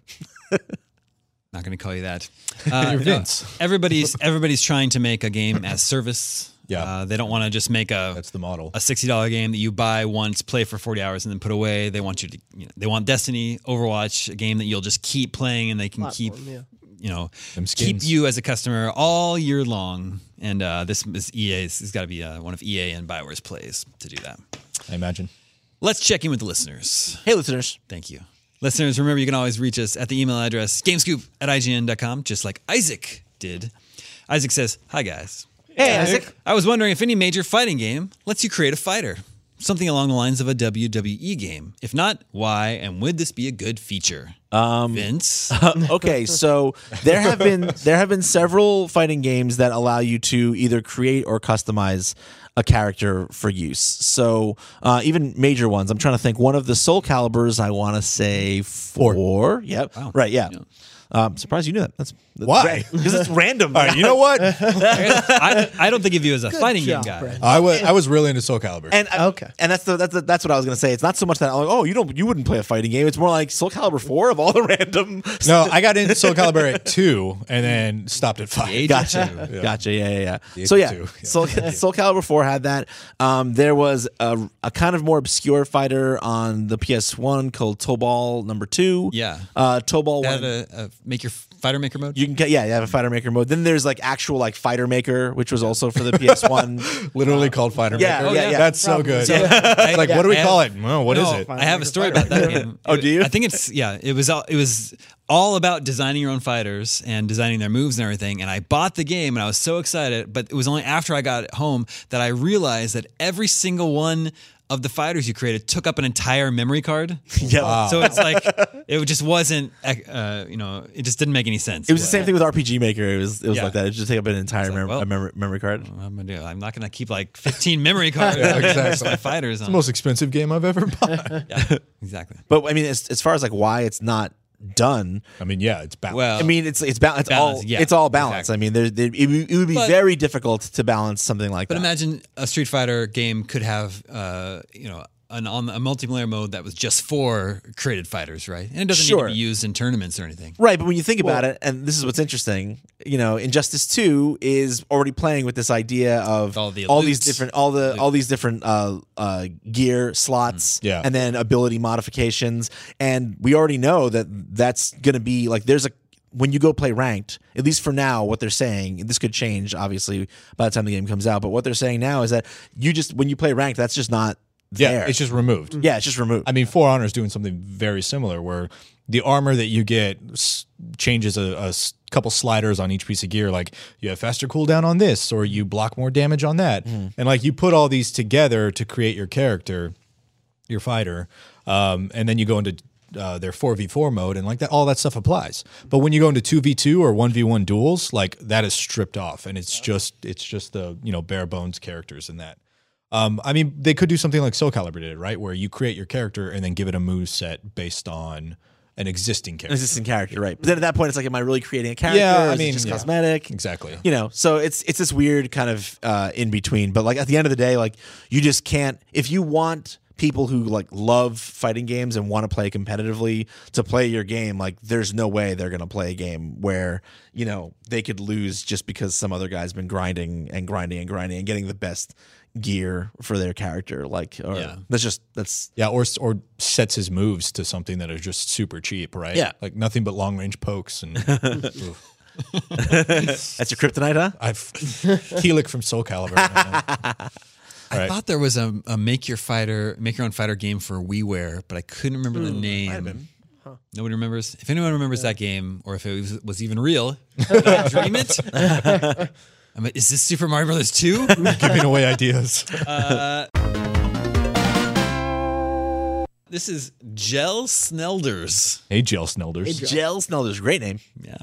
S3: Not going to call you that. Uh,
S5: You're
S3: no,
S5: Vince.
S3: everybody's everybody's trying to make a game as service.
S5: Yeah.
S3: Uh, they don't want to just make a
S5: That's the model.
S3: a sixty dollar game that you buy once, play for forty hours, and then put away. They want you to. You know, they want Destiny, Overwatch, a game that you'll just keep playing, and they can keep.
S6: Platform, yeah.
S3: You know,
S5: Them
S3: keep
S5: skins.
S3: you as a customer all year long. And uh, this is EA's. It's got to be uh, one of EA and Bioware's plays to do that.
S5: I imagine.
S3: Let's check in with the listeners.
S4: Hey, listeners.
S3: Thank you. Listeners, remember you can always reach us at the email address gamescoop at IGN.com, just like Isaac did. Isaac says, Hi, guys.
S4: Hey, Isaac.
S3: I was wondering if any major fighting game lets you create a fighter, something along the lines of a WWE game. If not, why? And would this be a good feature? Um, Vince?
S4: okay, so there have been there have been several fighting games that allow you to either create or customize a character for use. So uh, even major ones. I'm trying to think. One of the Soul Calibers, I want to say four. Yep. Right. Yeah. Um, surprised you knew that. That's, that's
S5: Why?
S4: Because it's random.
S5: All right, you know what?
S3: I, I don't think of you as a fighting
S6: job,
S3: game guy.
S6: Brent.
S5: I was I was really into Soul Calibur.
S4: And I-
S6: Okay.
S4: and that's the, that's the, that's what I was gonna say. It's not so much that I'm like, oh, you don't you wouldn't play a fighting game. It's more like Soul Calibur four of all the random.
S5: no, I got into Soul Calibur at two, and then stopped at five.
S3: Age of
S4: Gotcha.
S3: two.
S4: Gotcha. Yeah, yeah, yeah. So yeah,
S5: two.
S4: Soul, Soul Calibur 4 had that. Um, there was a, a kind of more obscure fighter on the PS1 called Tobal number 2.
S3: Yeah.
S4: Uh Tobal
S3: They
S4: 1.
S3: Have a, a make your fighter maker mode?
S4: you can get yeah, you have a fighter maker mode. Then there's like actual like fighter maker, which was also for the PS1.
S5: Literally called Fighter
S4: yeah,
S5: Maker.
S4: oh, yeah, yeah.
S5: That's so good. It's like, what do we call it? Well, what is
S3: No,
S5: it?
S3: I have a story about that game.
S4: Oh, do you?
S3: I think it's yeah. It was all it was all about designing your own fighters and designing their moves and everything. And I bought the game and I was so excited, but it was only after I got it home that I realized that every single one of the fighters you created took up an entire memory card.
S4: yeah.
S3: So it's like it just wasn't, uh, you know, it just didn't make any sense.
S4: It was the same thing with RPG Maker. It was it was
S3: Yeah.
S4: like that. It just take up an entire mem-
S3: well-
S4: a memory, memory card.
S3: I'm gonna do. I'm not gonna keep like 15 memory cards.
S5: Yeah,
S3: with
S5: exactly.
S3: My fighters on.
S5: Most expensive game I've ever bought.
S3: yeah, exactly.
S4: But I mean, as, as far as like why it's not done,
S5: I mean, yeah, it's bad.
S3: Well,
S4: I mean, it's it's ba- it's all
S3: Uh, Balance, yeah,
S4: it's all balance.
S3: exactly.
S4: I mean, there, there, it, would- it would be
S3: But-
S4: very difficult to balance something like
S3: But
S4: that.
S3: imagine a Street Fighter game could have, uh, you know, an on a multiplayer mode that was just for created fighters, right? And it doesn't need
S4: Sure.
S3: to be used in tournaments or anything.
S4: Right, but when you think about it, and this is what's interesting, you know, Injustice Two is already playing with this idea of
S3: all the
S4: these
S3: loot.
S4: different, all the all these different uh, uh, gear slots,
S5: Mm, Yeah.
S4: and then ability modifications, and we already know that that's going to be like there's a when you go play ranked, at least for now, what they're saying, and this could change obviously by the time the game comes out, but what they're saying now is that you just when you play ranked, that's just not
S5: yeah,
S4: there.
S5: it's just removed.
S4: yeah, it's just removed.
S5: I mean, Four Honor is doing something very similar, where the armor that you get s- changes a, a s- couple sliders on each piece of gear. Like you have faster cooldown on this, or you block more damage on that, and like you put all these together to create your character, your fighter, um, and then you go into uh, their four v four mode, and like that, all that stuff applies. But when you go into two v two or one v one duels, like that is stripped off, and it's just it's just the you know bare bones characters in that. Um, I mean, they could do something like Soul Calibur did, right? Where you create your character and then give it a move set based on an existing character.
S4: existing character, right? But then at that point, it's like, am I really creating a character?
S5: Yeah,
S4: or is
S5: I
S4: it
S5: mean,
S4: just
S5: yeah.
S4: cosmetic,
S5: Exactly.
S4: You know, so it's it's this weird kind of uh, in between. But like at the end of the day, like you just can't. If you want people who like love fighting games and want to play competitively to play your game, like there's no way they're gonna play a game where you know they could lose just because some other guy's been grinding and grinding and grinding and getting the best gear for their character. Like, or,
S3: Yeah.
S4: that's just that's
S5: Yeah, or or sets his moves to something that is just super cheap, right?
S4: Yeah.
S5: like nothing but long range pokes and Oof.
S4: that's your kryptonite, huh?
S5: I've Keelik from Soul Calibur. I don't know.
S3: I thought there was a, a make your fighter, make your own fighter game for WiiWare, but I couldn't remember the name. Nobody remembers. If anyone remembers that game, or if it was, was even real, did I dream it. I'm like, is this Super Mario Brothers two?
S5: giving away ideas.
S3: this is Gel Snelders.
S5: Hey, Jail Snelders.
S4: Gel Snelders, great name,
S3: Yeah,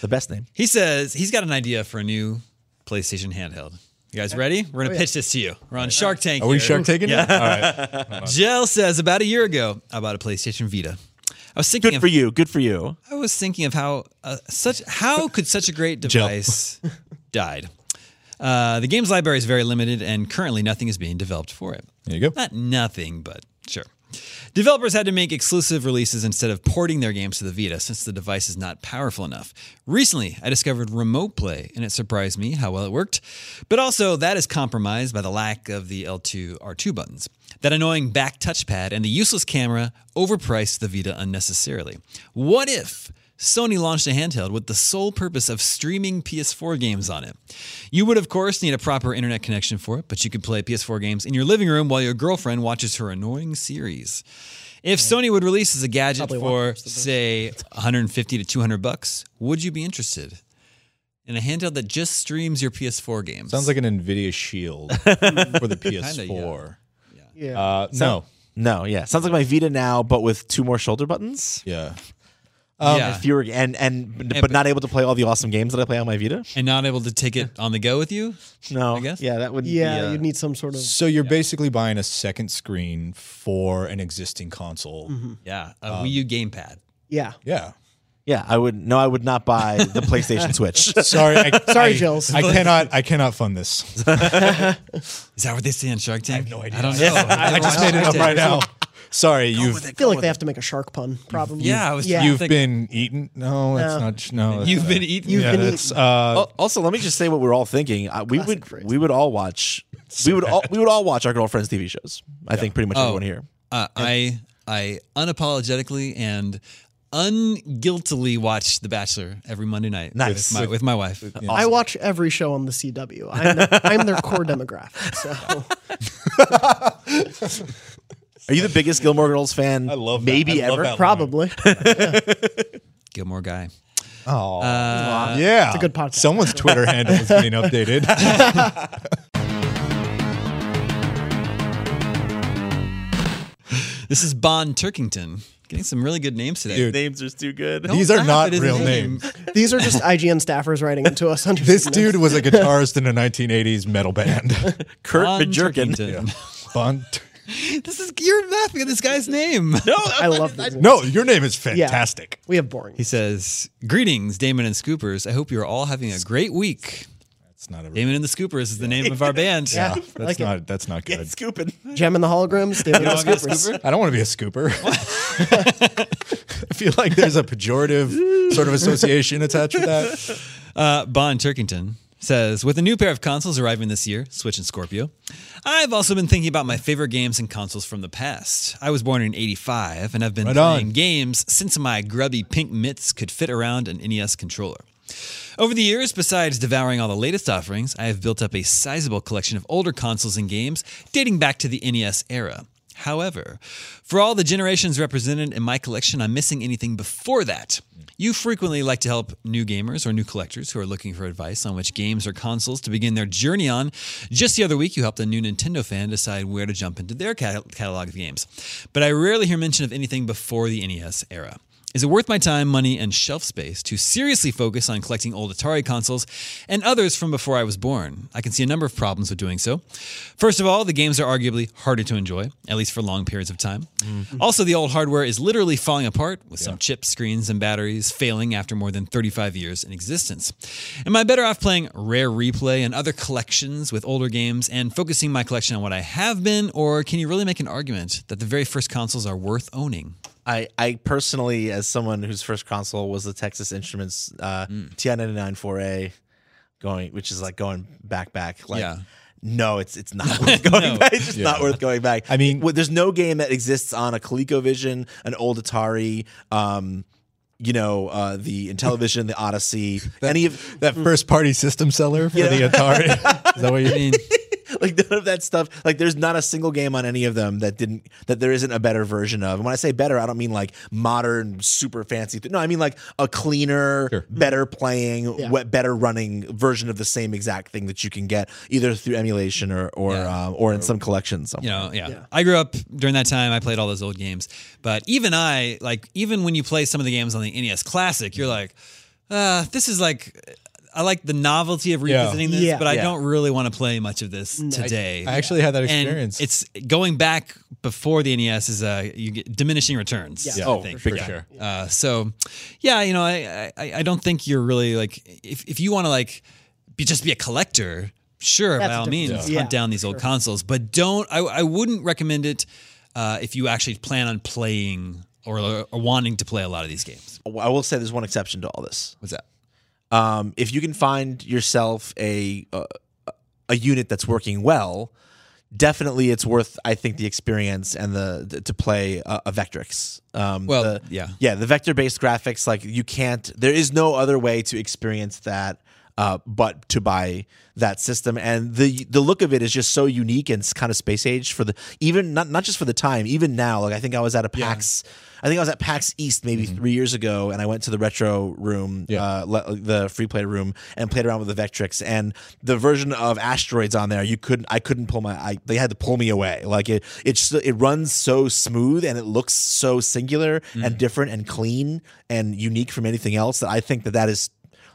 S4: the best name.
S3: he says he's got an idea for a new PlayStation handheld. You guys ready? We're gonna pitch this to you. We're on Shark Tank.
S5: Are we
S3: here.
S5: shark taking yeah. it? All right.
S3: Jill says about a year ago I bought a PlayStation Vita. I was thinking
S4: Good
S3: of
S4: for you. Good for you.
S3: I was thinking of how uh, such how could such a great
S5: Jill.
S3: device died. Uh, the game's library is very limited, and currently nothing is being developed for it.
S5: There you go.
S3: Not nothing, but sure. Developers had to make exclusive releases instead of porting their games to the Vita since the device is not powerful enough. Recently, I discovered Remote Play, and it surprised me how well it worked. But also, that is compromised by the lack of the L2 R2 buttons. That annoying back touchpad and the useless camera overpriced the Vita unnecessarily. What if Sony launched a handheld with the sole purpose of streaming PS4 games on it. You would, of course, need a proper internet connection for it, but you could play PS4 games in your living room while your girlfriend watches her annoying series. If Sony would release as a gadget for, say, 150 to 200 bucks, would you be interested in a handheld that just streams your PS4 games?
S5: Sounds like an Nvidia Shield for the PS4.
S6: Yeah.
S5: Uh, no.
S4: No, yeah, sounds like my Vita now, but with two more shoulder buttons. Um,
S5: Yeah. um,
S3: yeah.
S4: Fewer and and but,
S3: but-
S4: not able to play all the awesome games that I play on my Vita.
S3: and not able to take it on the go with you?
S4: No,
S3: I guess.
S4: yeah, that would
S6: yeah,
S4: Be, uh,
S6: you'd need some sort of
S5: So you're basically buying a second screen for an existing console.
S3: Yeah, a
S5: Um,
S3: Wii U gamepad.
S6: yeah.
S5: Yeah.
S4: yeah, I would no, I would not buy the PlayStation Switch.
S5: Sorry. I,
S6: Sorry,
S5: I-
S6: Jills.
S5: I cannot. I cannot fund this.
S3: Is that what they say on Shark Tank? I have no idea. I don't know.
S5: I just made it up right now. Sorry, you've
S6: I feel like they have to make a shark pun, probably.
S3: Oh, Yeah, I was
S6: Yeah.
S5: you've
S3: thinking-
S5: been eaten. No, that's not. No,
S3: You've
S5: that's-
S3: been eaten. Oh.
S6: You've
S5: yeah,
S6: been
S5: that's, uh,
S4: Al- also, let me just say what we're all thinking. Uh, we would
S6: phrase.
S4: we would all watch we would all we would all watch our girlfriends' TV shows. I think pretty much everyone here.
S3: Uh, I I unapologetically and unguiltily watch The Bachelor every Monday night.
S4: Nice.
S3: with my, with my wife. uh,
S6: I watch every show on the CW. I'm, the, I'm their core demographic. So
S4: Are you the biggest Gilmore Girls fan?
S5: I love that.
S4: maybe
S5: I love
S4: ever.
S5: that
S6: probably
S3: Gilmore guy.
S5: Oh, yeah. It's a
S6: good podcast.
S5: Someone's Twitter handle is being updated.
S3: This is Bon Turkington. Getting some really good names today.
S5: Dude.
S4: Names are too good.
S3: Don't
S5: These are
S3: laugh
S5: not
S3: at his
S5: real
S3: name.
S5: names.
S6: these are just IGN staffers writing into us. Under
S5: This
S6: names.
S5: dude was a guitarist in a 1980s metal band.
S4: Kurt
S3: Bon
S4: Bajurkin.
S3: Turkington.
S5: Bon-
S3: This is you're laughing at this guy's name.
S6: I love these.
S5: No, your name is fantastic.
S6: We have boring.
S3: He says, "Greetings, Damon and Scoopers. I hope you're all having a great week."
S5: That's not a.
S3: Damon and the Scoopers is the name of our band.
S5: Yeah,
S6: Yeah,
S5: that's
S6: like it.
S5: not. That's not good.
S4: Scooping.
S6: Gem and the holograms. David
S3: You know,
S6: Scoopers.
S5: I don't want to be a scooper. I feel like there's a pejorative sort of association attached to that.
S3: Uh, Bon Turkington says, with a new pair of consoles arriving this year, Switch and Scorpio, I've also been thinking about my favorite games and consoles from the past. I was born in 85, and I've been
S5: Right
S3: playing
S5: on.
S3: games since my grubby pink mitts could fit around an NES controller. Over the years, besides devouring all the latest offerings, I have built up a sizable collection of older consoles and games dating back to the NES era. However, for all the generations represented in my collection, I'm missing anything before that. You frequently like to help new gamers or new collectors who are looking for advice on which games or consoles to begin their journey on. Just the other week, you helped a new Nintendo fan decide where to jump into their cat- catalog of games. But I rarely hear mention of anything before the NES E era. Is it worth my time, money, and shelf space to seriously focus on collecting old Atari consoles and others from before I was born? I can see a number of problems with doing so. First of all, the games are arguably harder to enjoy, at least for long periods of time. Also, the old hardware is literally falling apart, with some chips, screens, and batteries failing after more than 35 years in existence. Am I better off playing Rare Replay and other collections with older games and focusing my collection on what I have been, or can you really make an argument that the very first consoles are worth owning?
S4: I, I personally, as someone whose first console was the Texas Instruments uh,
S5: Hmm.
S4: TI-99 4A, going which is like going back back. Like,
S3: Yeah.
S4: No, it's it's not worth going back. It's just not worth going back.
S5: I mean-
S4: Well, there's no game that exists on a ColecoVision, an old Atari, um, you know, uh, the Intellivision, the Odyssey, any of
S5: That first party system seller for the Atari. Is that what you
S3: I mean,
S4: like none of that stuff. Like there's not a single game on any of them that didn't that there isn't a better version of. And when I say better, I don't mean like modern, super fancy. Th- no, I mean like a cleaner, better playing,
S6: Yeah.
S4: wet, better running version of the same exact thing that you can get either through emulation or or
S3: Yeah.
S4: um, or in some collections. somewhere.
S3: you know, yeah.
S6: Yeah.
S3: I grew up during that time. I played all those old games, but even I like even when you play some of the games on the NES Classic, you're like, uh, this is like. I like the novelty of
S5: Yeah.
S3: revisiting this,
S6: Yeah. Mm.
S3: but I
S4: Yeah.
S3: don't really want to play much of this today.
S5: I actually had that
S3: And
S5: experience.
S3: it's going back before the NES is uh, you get diminishing returns.
S6: Yeah.
S3: I
S4: Oh,
S3: think.
S4: for
S3: Yeah.
S5: sure.
S3: Uh, so, yeah, you know, I, I I don't think you're really like if if you want to like be just be a collector, sure, by
S6: a
S3: all
S6: different-
S3: means,
S6: yeah.
S3: hunt down these old consoles, but don't. I I wouldn't recommend it uh, if you actually plan on playing or, or wanting to play a lot of these games.
S4: I will say there's one exception to all this.
S3: What's that?
S4: um, if you can find yourself a, a a unit that's working well, definitely it's worth I think the experience and the, to play a, a Vectrix. Um,
S3: Well,
S4: the-
S3: yeah.
S4: yeah, the vector based graphics like you can't. There is no other way to experience that. Uh, but to buy that system and the the look of it is just so unique and it's kind of space age for the even not not just for the time even now like I think I was at a PAX I think I was at PAX East maybe
S3: Mm-hmm.
S4: three years ago and I went to the retro room
S5: Yeah.
S4: uh, le- the free play room and played around with the Vectrix and the version of asteroids on there you couldn't I couldn't pull my I they had to pull me away like it it's it runs so smooth and it looks so singular and different and clean and unique from anything else that I think that that is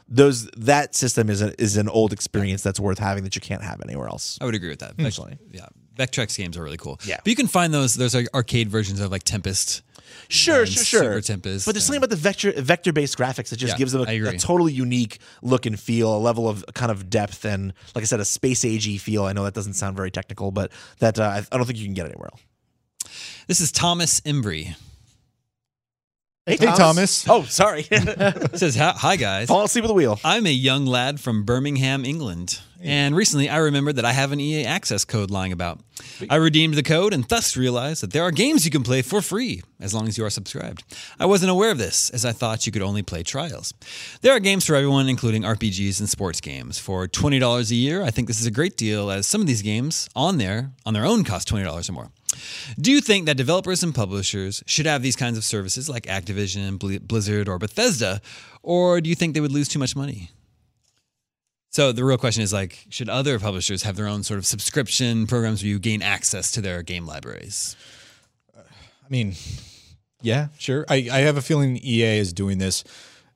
S4: those that system is a, is an old experience that's worth having that you can't have anywhere else
S3: I would agree with that. Vect-
S4: Actually.
S3: Hmm. yeah, Vectrex games are really cool.
S4: Yeah.
S3: but you can find those. Those are arcade versions of like Tempest.
S4: Sure,
S3: and
S4: sure, sure.
S3: Super Tempest
S4: But there's something
S3: and-
S4: about the vector vector based graphics that just
S3: Yeah,
S4: gives them a,
S3: I
S4: a
S3: agree.
S4: totally unique look and feel, a level of kind of depth, and like I said, a space agey feel. I know that doesn't sound very technical, but that uh, I, I don't think you can get anywhere else.
S3: This is Thomas Embry.
S5: Hey, Thomas.
S4: Oh, sorry. Fall
S3: It says, "Hi- "Hi guys,
S4: asleep at the wheel.
S3: I'm a young lad from Birmingham, England, and recently I remembered that I have an EA access code lying about. I redeemed the code and thus realized that there are games you can play for free as long as you are subscribed. I wasn't aware of this as I thought you could only play trials. There are games for everyone, including RPGs and sports games. For twenty dollars a year, I think this is a great deal, as some of these games on there on their own cost twenty dollars or more. Do you think that developers and publishers should have these kinds of services like Activision, Bli- Blizzard, or Bethesda, or do you think they would lose too much money? So the real question is like, should other publishers have their own sort of subscription programs where you gain access to their game libraries?
S5: I mean, yeah, sure. I, I have a feeling EA is doing this.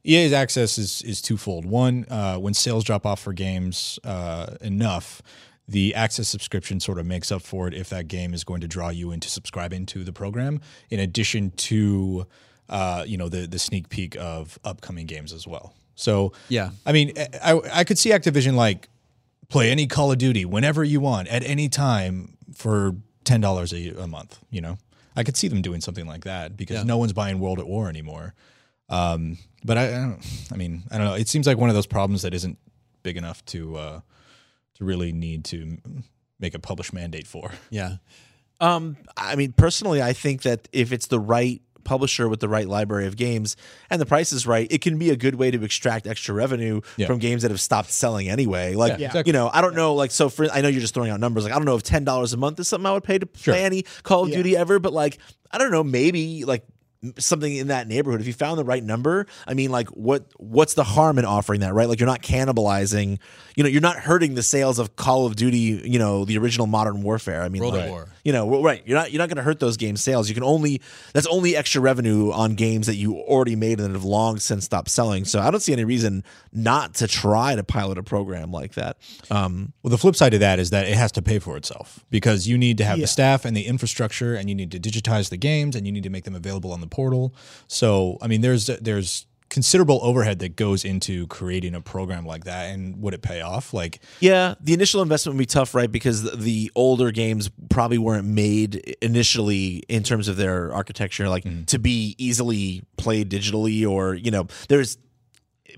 S5: EA's access is is twofold. One, uh, when sales drop off for games uh, enough, the access subscription sort of makes up for it if that game is going to draw you into subscribing to the program. In addition to, uh, you know, the the sneak peek of upcoming games as well. So
S3: Yeah.
S5: I mean, I I- I could see Activision like play any Call of Duty whenever you want at any time for ten dollars a a month. You know, I could see them doing something like that because no one's buying World at War anymore. Um, but I, I don't. I mean, I don't know. It seems like one of those problems that isn't big enough to uh, to really need to make a published mandate for.
S3: Yeah.
S4: Um, I mean, personally, I think that if it's the right publisher with the right library of games and the price is right, it can be a good way to extract extra revenue
S5: Yeah.
S4: from games that have stopped selling anyway. Like,
S5: Yeah, exactly.
S4: you know, I don't know, like, so for, I know you're just throwing out numbers. Like, I don't know if $10 a month is something I would pay to
S5: Sure.
S4: play any Call of
S6: Yeah.
S4: Duty ever, but like, I don't know, maybe like something in that neighborhood if you found the right number i mean like what what's the harm in offering that right like you're not cannibalizing you know you're not hurting the sales of call of duty you know the original modern warfare i mean
S3: World at
S4: like,
S3: War.
S4: you know well, right you're not you're not going to hurt those game sales you can only that's only extra revenue on games that you already made and that have long since stopped selling so i don't see any reason not to try to pilot a program like that um
S5: Well, the flip side of that is that it has to pay for itself because you need to have
S6: Yeah.
S5: the staff and the infrastructure, and you need to digitize the games, and you need to make them available on the portal. So, I mean, there's there's considerable overhead that goes into creating a program like that, and would it pay off? Like,
S4: Yeah, the initial investment would be tough, right? Because th- the older games probably weren't made initially in terms of their architecture, like
S5: Mm-hmm.
S4: to be easily played digitally, or you know, there's.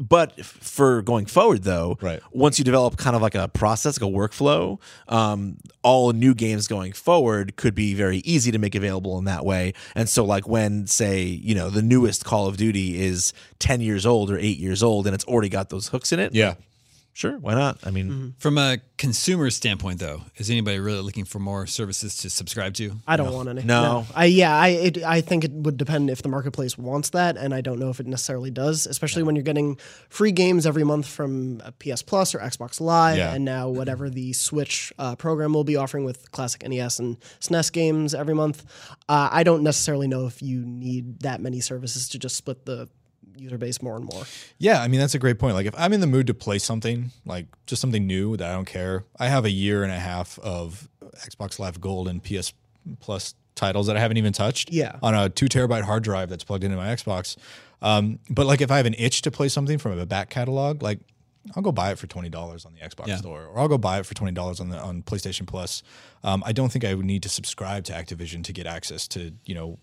S4: But f- for going forward, though,
S5: Right.
S4: once you develop kind of like a process, like a workflow, um, all new games going forward could be very easy to make available in that way. And so, like when say you know the newest Call of Duty is ten years old or eight years old, and it's already got those hooks in it,
S5: yeah,
S4: sure, why not? I mean.
S3: From a consumer standpoint, though, is anybody really looking for more services to subscribe to?
S6: I don't want any.
S4: No.
S6: I yeah, I it, I think it would depend if the marketplace wants that, and I don't know if it necessarily does. Especially when you're getting free games every month from uh, PS Plus or Xbox Live,
S5: Yeah.
S6: and now whatever the Switch uh, program will be offering with classic NES and SNES games every month. Uh, I don't necessarily know if you need that many services to just split the user base more and more.
S5: Yeah, I mean that's a great point. Like if I'm in the mood to play something, like just something new that I don't care, I have a year and a half of Xbox Live Gold and PS Plus titles that I haven't even touched.
S6: Yeah.
S5: on a two terabyte hard drive that's plugged into my Xbox. Um, but like if I have an itch to play something from a back catalog, like I'll go buy it for twenty dollars on the Xbox store, or I'll go buy it for twenty dollars on the on PlayStation Plus. Um, I don't think I would need to subscribe to Activision to get access to you know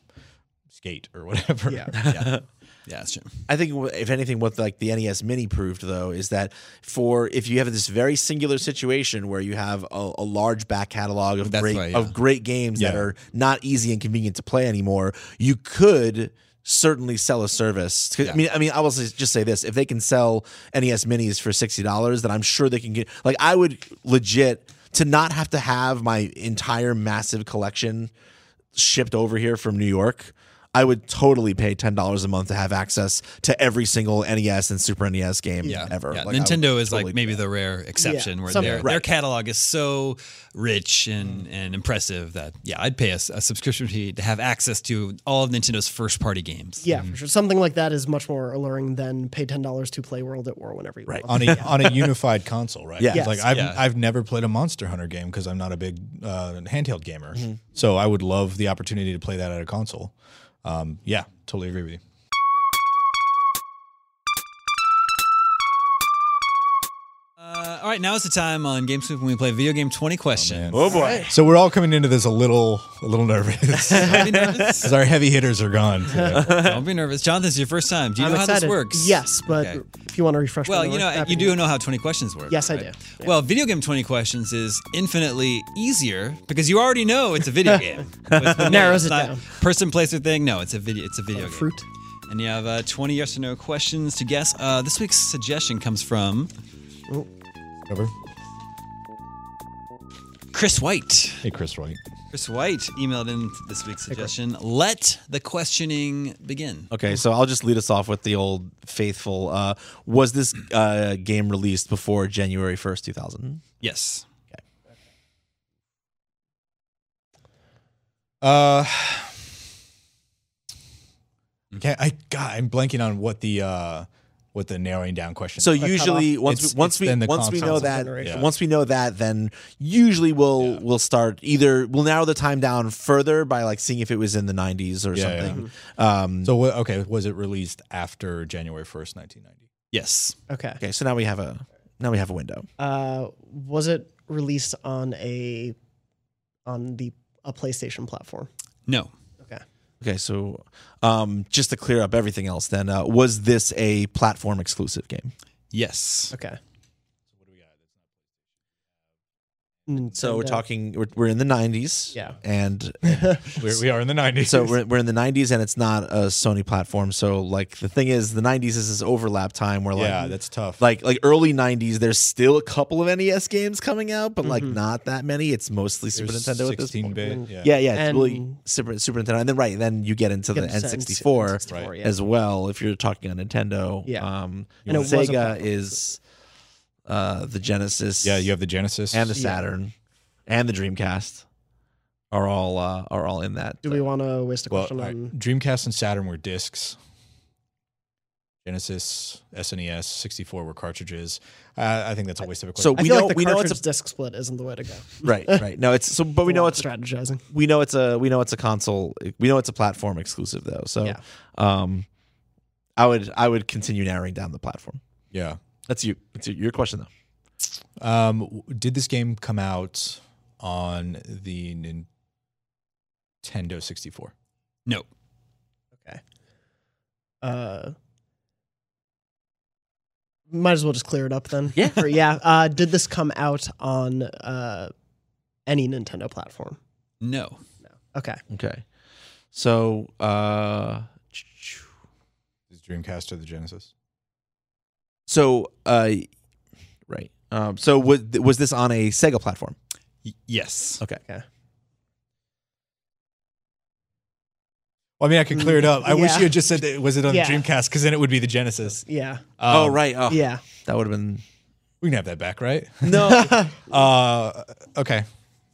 S5: Skate or whatever.
S6: Yeah.
S3: Yeah, that's true.
S4: I think w- if anything, what like the NES Mini proved though is that for if you have this very singular situation where you have a, a large back catalog of
S3: That's
S4: great
S3: why, yeah.
S4: of great games that
S5: Yeah.
S4: are not easy and convenient to play anymore, you could certainly sell a service. 'Cause- I mean, I mean, I will s- just say this: if they can sell NES Minis for sixty dollars, then I'm sure they can get. Like, I would legit to not have to have my entire massive collection shipped over here from New York, I would totally pay ten dollars a month to have access to every single NES and Super NES game ever.
S3: Yeah,
S4: Like, I would
S3: Nintendo is
S4: totally
S3: like
S4: do
S3: maybe the rare exception where
S6: some- Mm.
S3: their, their
S4: Right.
S3: catalog is so rich and, and impressive that yeah, I'd pay a, s- a subscription fee to have access to all of Nintendo's first party games.
S6: Yeah, for sure. Something like that is much more alluring than pay ten dollars to play World at War whenever you right. want.
S5: on a on a unified console, right?
S4: Yeah.
S5: 'Cause, Like
S6: Yes.
S5: I've
S3: Yeah.
S5: I've never played a Monster Hunter game because I'm not a big uh, handheld gamer.
S4: Mm-hmm.
S5: So I would love the opportunity to play that at a console. Um, yeah, totally agree with you.
S3: Uh, all right, now is the time on GameScoop when we play video game 20 question.
S5: man. Oh
S4: boy.
S5: So we're all coming into this a little a little nervous
S3: Don't be nervous.
S5: because our heavy hitters are gone. today.
S3: Don't be nervous. Jonathan, it's your first time. Do you
S6: I'm
S3: know how
S6: excited.
S3: this works?
S6: Yes, but
S3: Okay.
S6: if you want to refresh, my
S3: Well, you
S6: memory,
S3: know,
S6: happy
S3: you
S6: to
S3: do know how 20 questions work.
S6: Yes, I do. Yeah.
S3: Well, video game 20 questions is infinitely easier because you already know it's a video game. It's been-
S6: Narrows
S3: it's
S6: it
S3: not
S6: down.
S3: Person, place, or thing. No, it's a video. It's a video game.
S6: fruit.
S3: And you have uh, 20 yes or no questions to guess. Uh, this week's suggestion comes from
S5: Cover.
S3: Chris White.
S5: Hey, Chris White.
S3: Chris White emailed in this week's suggestion. Let the questioning begin.
S4: Okay, so I'll just lead us off with the old faithful. Uh, was this uh, game released before January first, two thousand?
S3: Yes.
S5: Uh, okay, I God, I'm blanking on what the uh, what the narrowing down question.
S4: So
S5: is.
S4: usually, once
S5: It's-
S4: we, once
S5: it's
S4: we
S5: then the
S4: once we
S5: console.
S4: know that
S5: Generation.
S4: once we know that, then usually we'll we'll start either we'll narrow the time down further by like seeing if it was in the nineties or
S5: Yeah, yeah.
S4: something. Um,
S5: So what, okay, was it released after January first, nineteen ninety?
S3: Yes.
S6: Okay.
S4: okay, so now we have a now we have a window.
S6: Uh, was it released on a on the a PlayStation platform?
S3: No.
S6: Okay.
S4: Okay, so um, just to clear up everything else, then uh, was this a platform exclusive game?
S3: Yes.
S6: Okay.
S4: So we're talking we're, we're in the 90s.
S6: Yeah.
S4: And
S5: We're, we are in the 90s.
S4: so we're, we're in the 90s and it's not a Sony platform. So like the thing is the 90s is this overlap time where like
S5: yeah, that's tough.
S4: like like early 90s there's still a couple of NES games coming out but like not that many. It's mostly Super
S5: Mm-hmm. There's
S4: Nintendo at this
S5: 16
S4: point.
S5: bit. Yeah.
S4: Yeah, yeah, it's
S6: And-
S4: really Super Super Nintendo, and then right, then you get into
S6: Get
S4: the
S6: into N-
S4: N64,
S6: N64, yeah.
S4: as well. If you're talking on Nintendo,
S6: Yeah.
S4: um,
S6: And it was a
S4: Sega
S6: platform.
S4: is uh, the Genesis,
S5: Yeah, you have the Genesis.
S4: and the Saturn, and the Dreamcast are all uh, are all in that.
S6: Do we want to waste a
S5: well,
S6: question
S5: alright,
S6: on?
S5: Dreamcast and Saturn were discs. Genesis, SNES, 64 were cartridges. Uh, I think that's a waste of a question.
S4: So
S6: I
S4: we
S6: feel
S4: know
S6: like the
S4: we know
S6: cartridge
S4: it's a,
S6: disc split isn't the way to go.
S4: right right no it's so but we know it's
S6: strategizing.
S4: we know it's a we know it's a console we know it's a platform exclusive though so
S6: Yeah.
S4: um I would I would continue narrowing down the platform
S5: yeah.
S4: that's you that's your- your question though
S5: Um, w- did this game come out on the Nintendo 64?
S3: No.
S6: Uh, might as well just clear it up then. Yeah, yeah. Uh, did this come out on uh, any Nintendo platform?
S3: No.
S6: Okay.
S4: Okay. So uh
S5: Is Dreamcast or the Genesis?
S4: so uh right. Um so was was this on a Sega platform?
S3: Y- yes.
S4: Okay.
S5: Well, I mean, I could clear it up. I wish
S6: Yeah.
S5: you had just said that, was it on
S6: Yeah.
S5: the Dreamcast because then it would be the Genesis.
S6: Yeah.
S4: oh
S5: Um,
S4: right. Oh.
S6: Yeah.
S4: That would have been
S5: We can have that back, right?
S4: No.
S5: Uh, okay.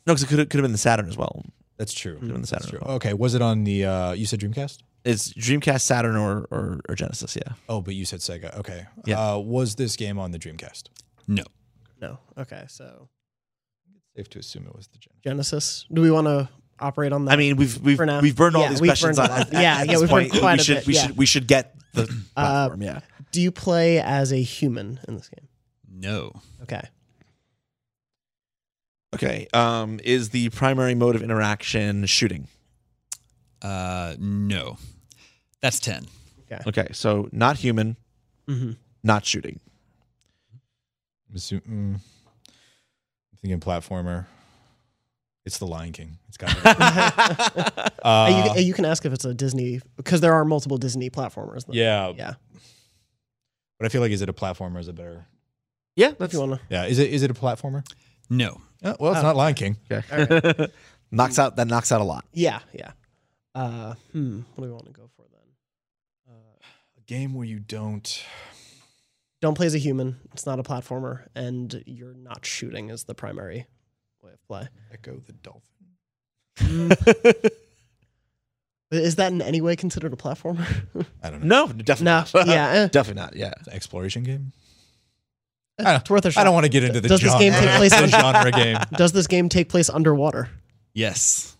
S4: no, cuz it could have could have been the Saturn as well.
S5: That's true.
S4: Could have been the
S5: That's
S4: Saturn.
S5: true.
S4: As well.
S5: Okay. Was it on the, uh, you said Dreamcast?
S4: It's Dreamcast, Saturn or, or or Genesis, yeah.
S5: Oh, but you said Sega. Okay.
S4: Yeah.
S5: Uh, was this game on the Dreamcast?
S3: No.
S6: No. Okay. So
S5: Safe to assume it was the Genesis.
S6: Genesis. Do we want to operate on that?
S4: I mean, we've we've
S6: For now.
S4: we've burned all
S6: Yeah,
S4: these
S6: we've
S4: questions
S6: burned
S4: on
S6: a lot. Yeah,
S4: at
S6: yeah,
S4: this
S6: we've burned
S4: point.
S6: quite
S4: we
S6: a
S4: should
S6: bit,
S4: we
S6: yeah. Uh,
S4: should we should get the platform, yeah.
S6: do you play as a human in this game?
S3: No.
S6: Okay.
S4: Okay. Um is the primary mode of interaction shooting?
S3: Uh, no. That's 10.
S4: Okay. So not human,
S6: Mm-hmm.
S4: not shooting.
S5: I'm, assu- mm. I'm thinking platformer. It's the Lion King. It's got.
S6: Uh,
S5: uh,
S6: you, you can ask if it's a Disney because there are multiple Disney platformers. though.
S5: yeah,
S6: Yeah.
S5: but I feel like is it a platformer? Is it better?
S4: Yeah,
S6: If you want
S5: Yeah, is it is it a platformer?
S3: No.
S5: Uh,
S6: Oh.
S5: well, it's not Lion King.
S4: Okay. knocks out that knocks out a lot.
S6: Yeah. Yeah. Uh, hmm. What do we want to go for then?
S5: A game where you don't.
S6: Don't play as a human. It's not a platformer, and you're not shooting is the primary way of play.
S5: Echo the dolphin.
S6: Is that in any way considered a platformer?
S5: I don't know.
S4: No, definitely.
S6: no.
S4: not.
S6: Yeah. eh.
S4: definitely not. Yeah.
S5: It's an exploration game.
S6: It's worth a shot.
S5: I don't want to get into the
S6: Does this
S5: genre.
S6: game take place
S5: the
S6: on-
S5: genre game?
S6: Does this game take place underwater?
S3: Yes.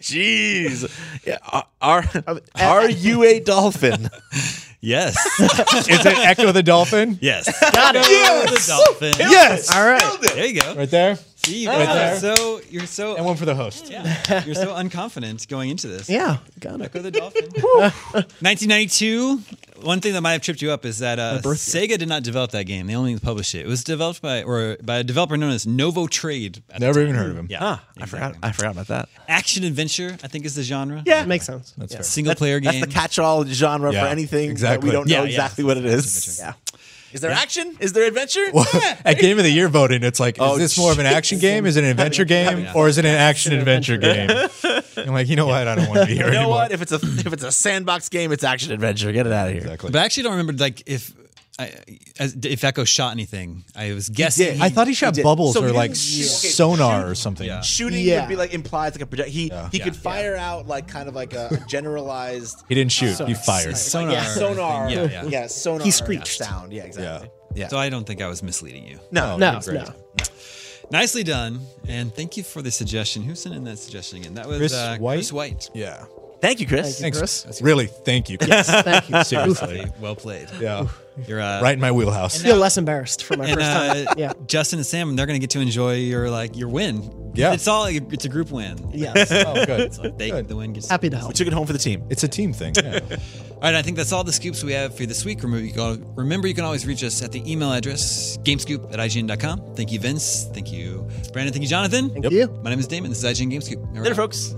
S4: Jeez. Yeah, are are-
S6: Um,
S4: are you a dolphin?
S3: Yes.
S5: Is it Echo the dolphin?
S3: yes. Got it. The dolphin.
S5: Yes.
S6: All right.
S3: There you go.
S5: Right there.
S3: See, you
S5: Right
S3: guys
S5: there.
S3: are so you're so
S5: And one for the host.
S3: yeah, you're so unconfident going into this.
S6: Yeah. Got it.
S3: Echo the Dolphin. 1992. One thing that might have tripped you up is that uh, Sega did not develop that game. They only published it. It was developed by or by a developer known as Novo Trade. at the
S5: Never
S3: time.
S5: even heard of him.
S3: Yeah,
S4: I forgot. I forgot about that.
S3: Action adventure, I think, is the genre.
S6: That makes sense.
S5: That's fair.
S3: single player
S4: That's
S3: game.
S4: the catch-all genre
S5: Yeah,
S4: for anything that
S5: exactly.
S4: we don't
S3: Yeah,
S4: know
S3: yeah.
S4: exactly what it is. Yeah. Is there action? Is there adventure?
S5: At game of the year voting, it's like,
S4: Oh,
S5: is this more of an action game? Is it an adventure game? Or is it an action adventure game? I'm like, you know what? I don't want to be here
S4: You know
S5: anymore.
S4: what? If it's a if it's a sandbox game, it's action adventure. Get it out of here.
S5: Exactly.
S3: but I actually don't remember like if I, as, if Echo shot anything. I was guessing.
S4: did.
S5: I thought he shot
S4: did.
S5: bubbles
S4: So
S5: or
S4: he
S5: like
S4: didn't shoot. Okay,
S5: sonar or something.
S3: Yeah.
S4: Shooting
S6: Yeah.
S4: would be like implies like a project. He he could fire out like kind of like a generalized
S5: He didn't shoot. he fired.
S3: sonar.
S6: Yeah,
S4: sonar.
S3: Yeah, yeah.
S4: sonar.
S6: He screeched.
S4: sound. Yeah, exactly. Yeah.
S3: So I don't think I was misleading you.
S4: no,
S6: No.
S4: it's-
S6: No.
S3: Nicely done, and thank you for the suggestion. Who sent in that suggestion again? That was
S5: Chris
S3: uh,
S5: White?
S3: Chris White.
S5: Yeah.
S4: Thank you, Chris.
S5: Thanks,
S6: Chris.
S5: Really, thank you.
S6: Thank you.
S5: Seriously.
S3: Well played.
S5: yeah.
S3: You're uh,
S5: Right in my wheelhouse.
S6: Feel less embarrassed for my
S3: And
S6: first time.
S3: uh,
S6: Yeah.
S3: Justin and Sam, they're gonna get to enjoy your like your win.
S5: Yeah.
S3: it's all it's a group win.
S6: Yes.
S5: Oh, good.
S3: It's like they,
S5: Good.
S3: the win gets.
S6: Happy to help.
S4: We took it home for the team.
S5: It's a team thing. Yeah.
S3: All right, I think that's all the scoops we have for you this week. Remember, you can, remember you can always reach us at the email address gamescoop at ign.com. Thank you, Vince. Thank you, Brandon. Thank you, Jonathan.
S6: Thank you.
S3: My name is Damon. This is IGN Gamescoop.
S4: Later, folks.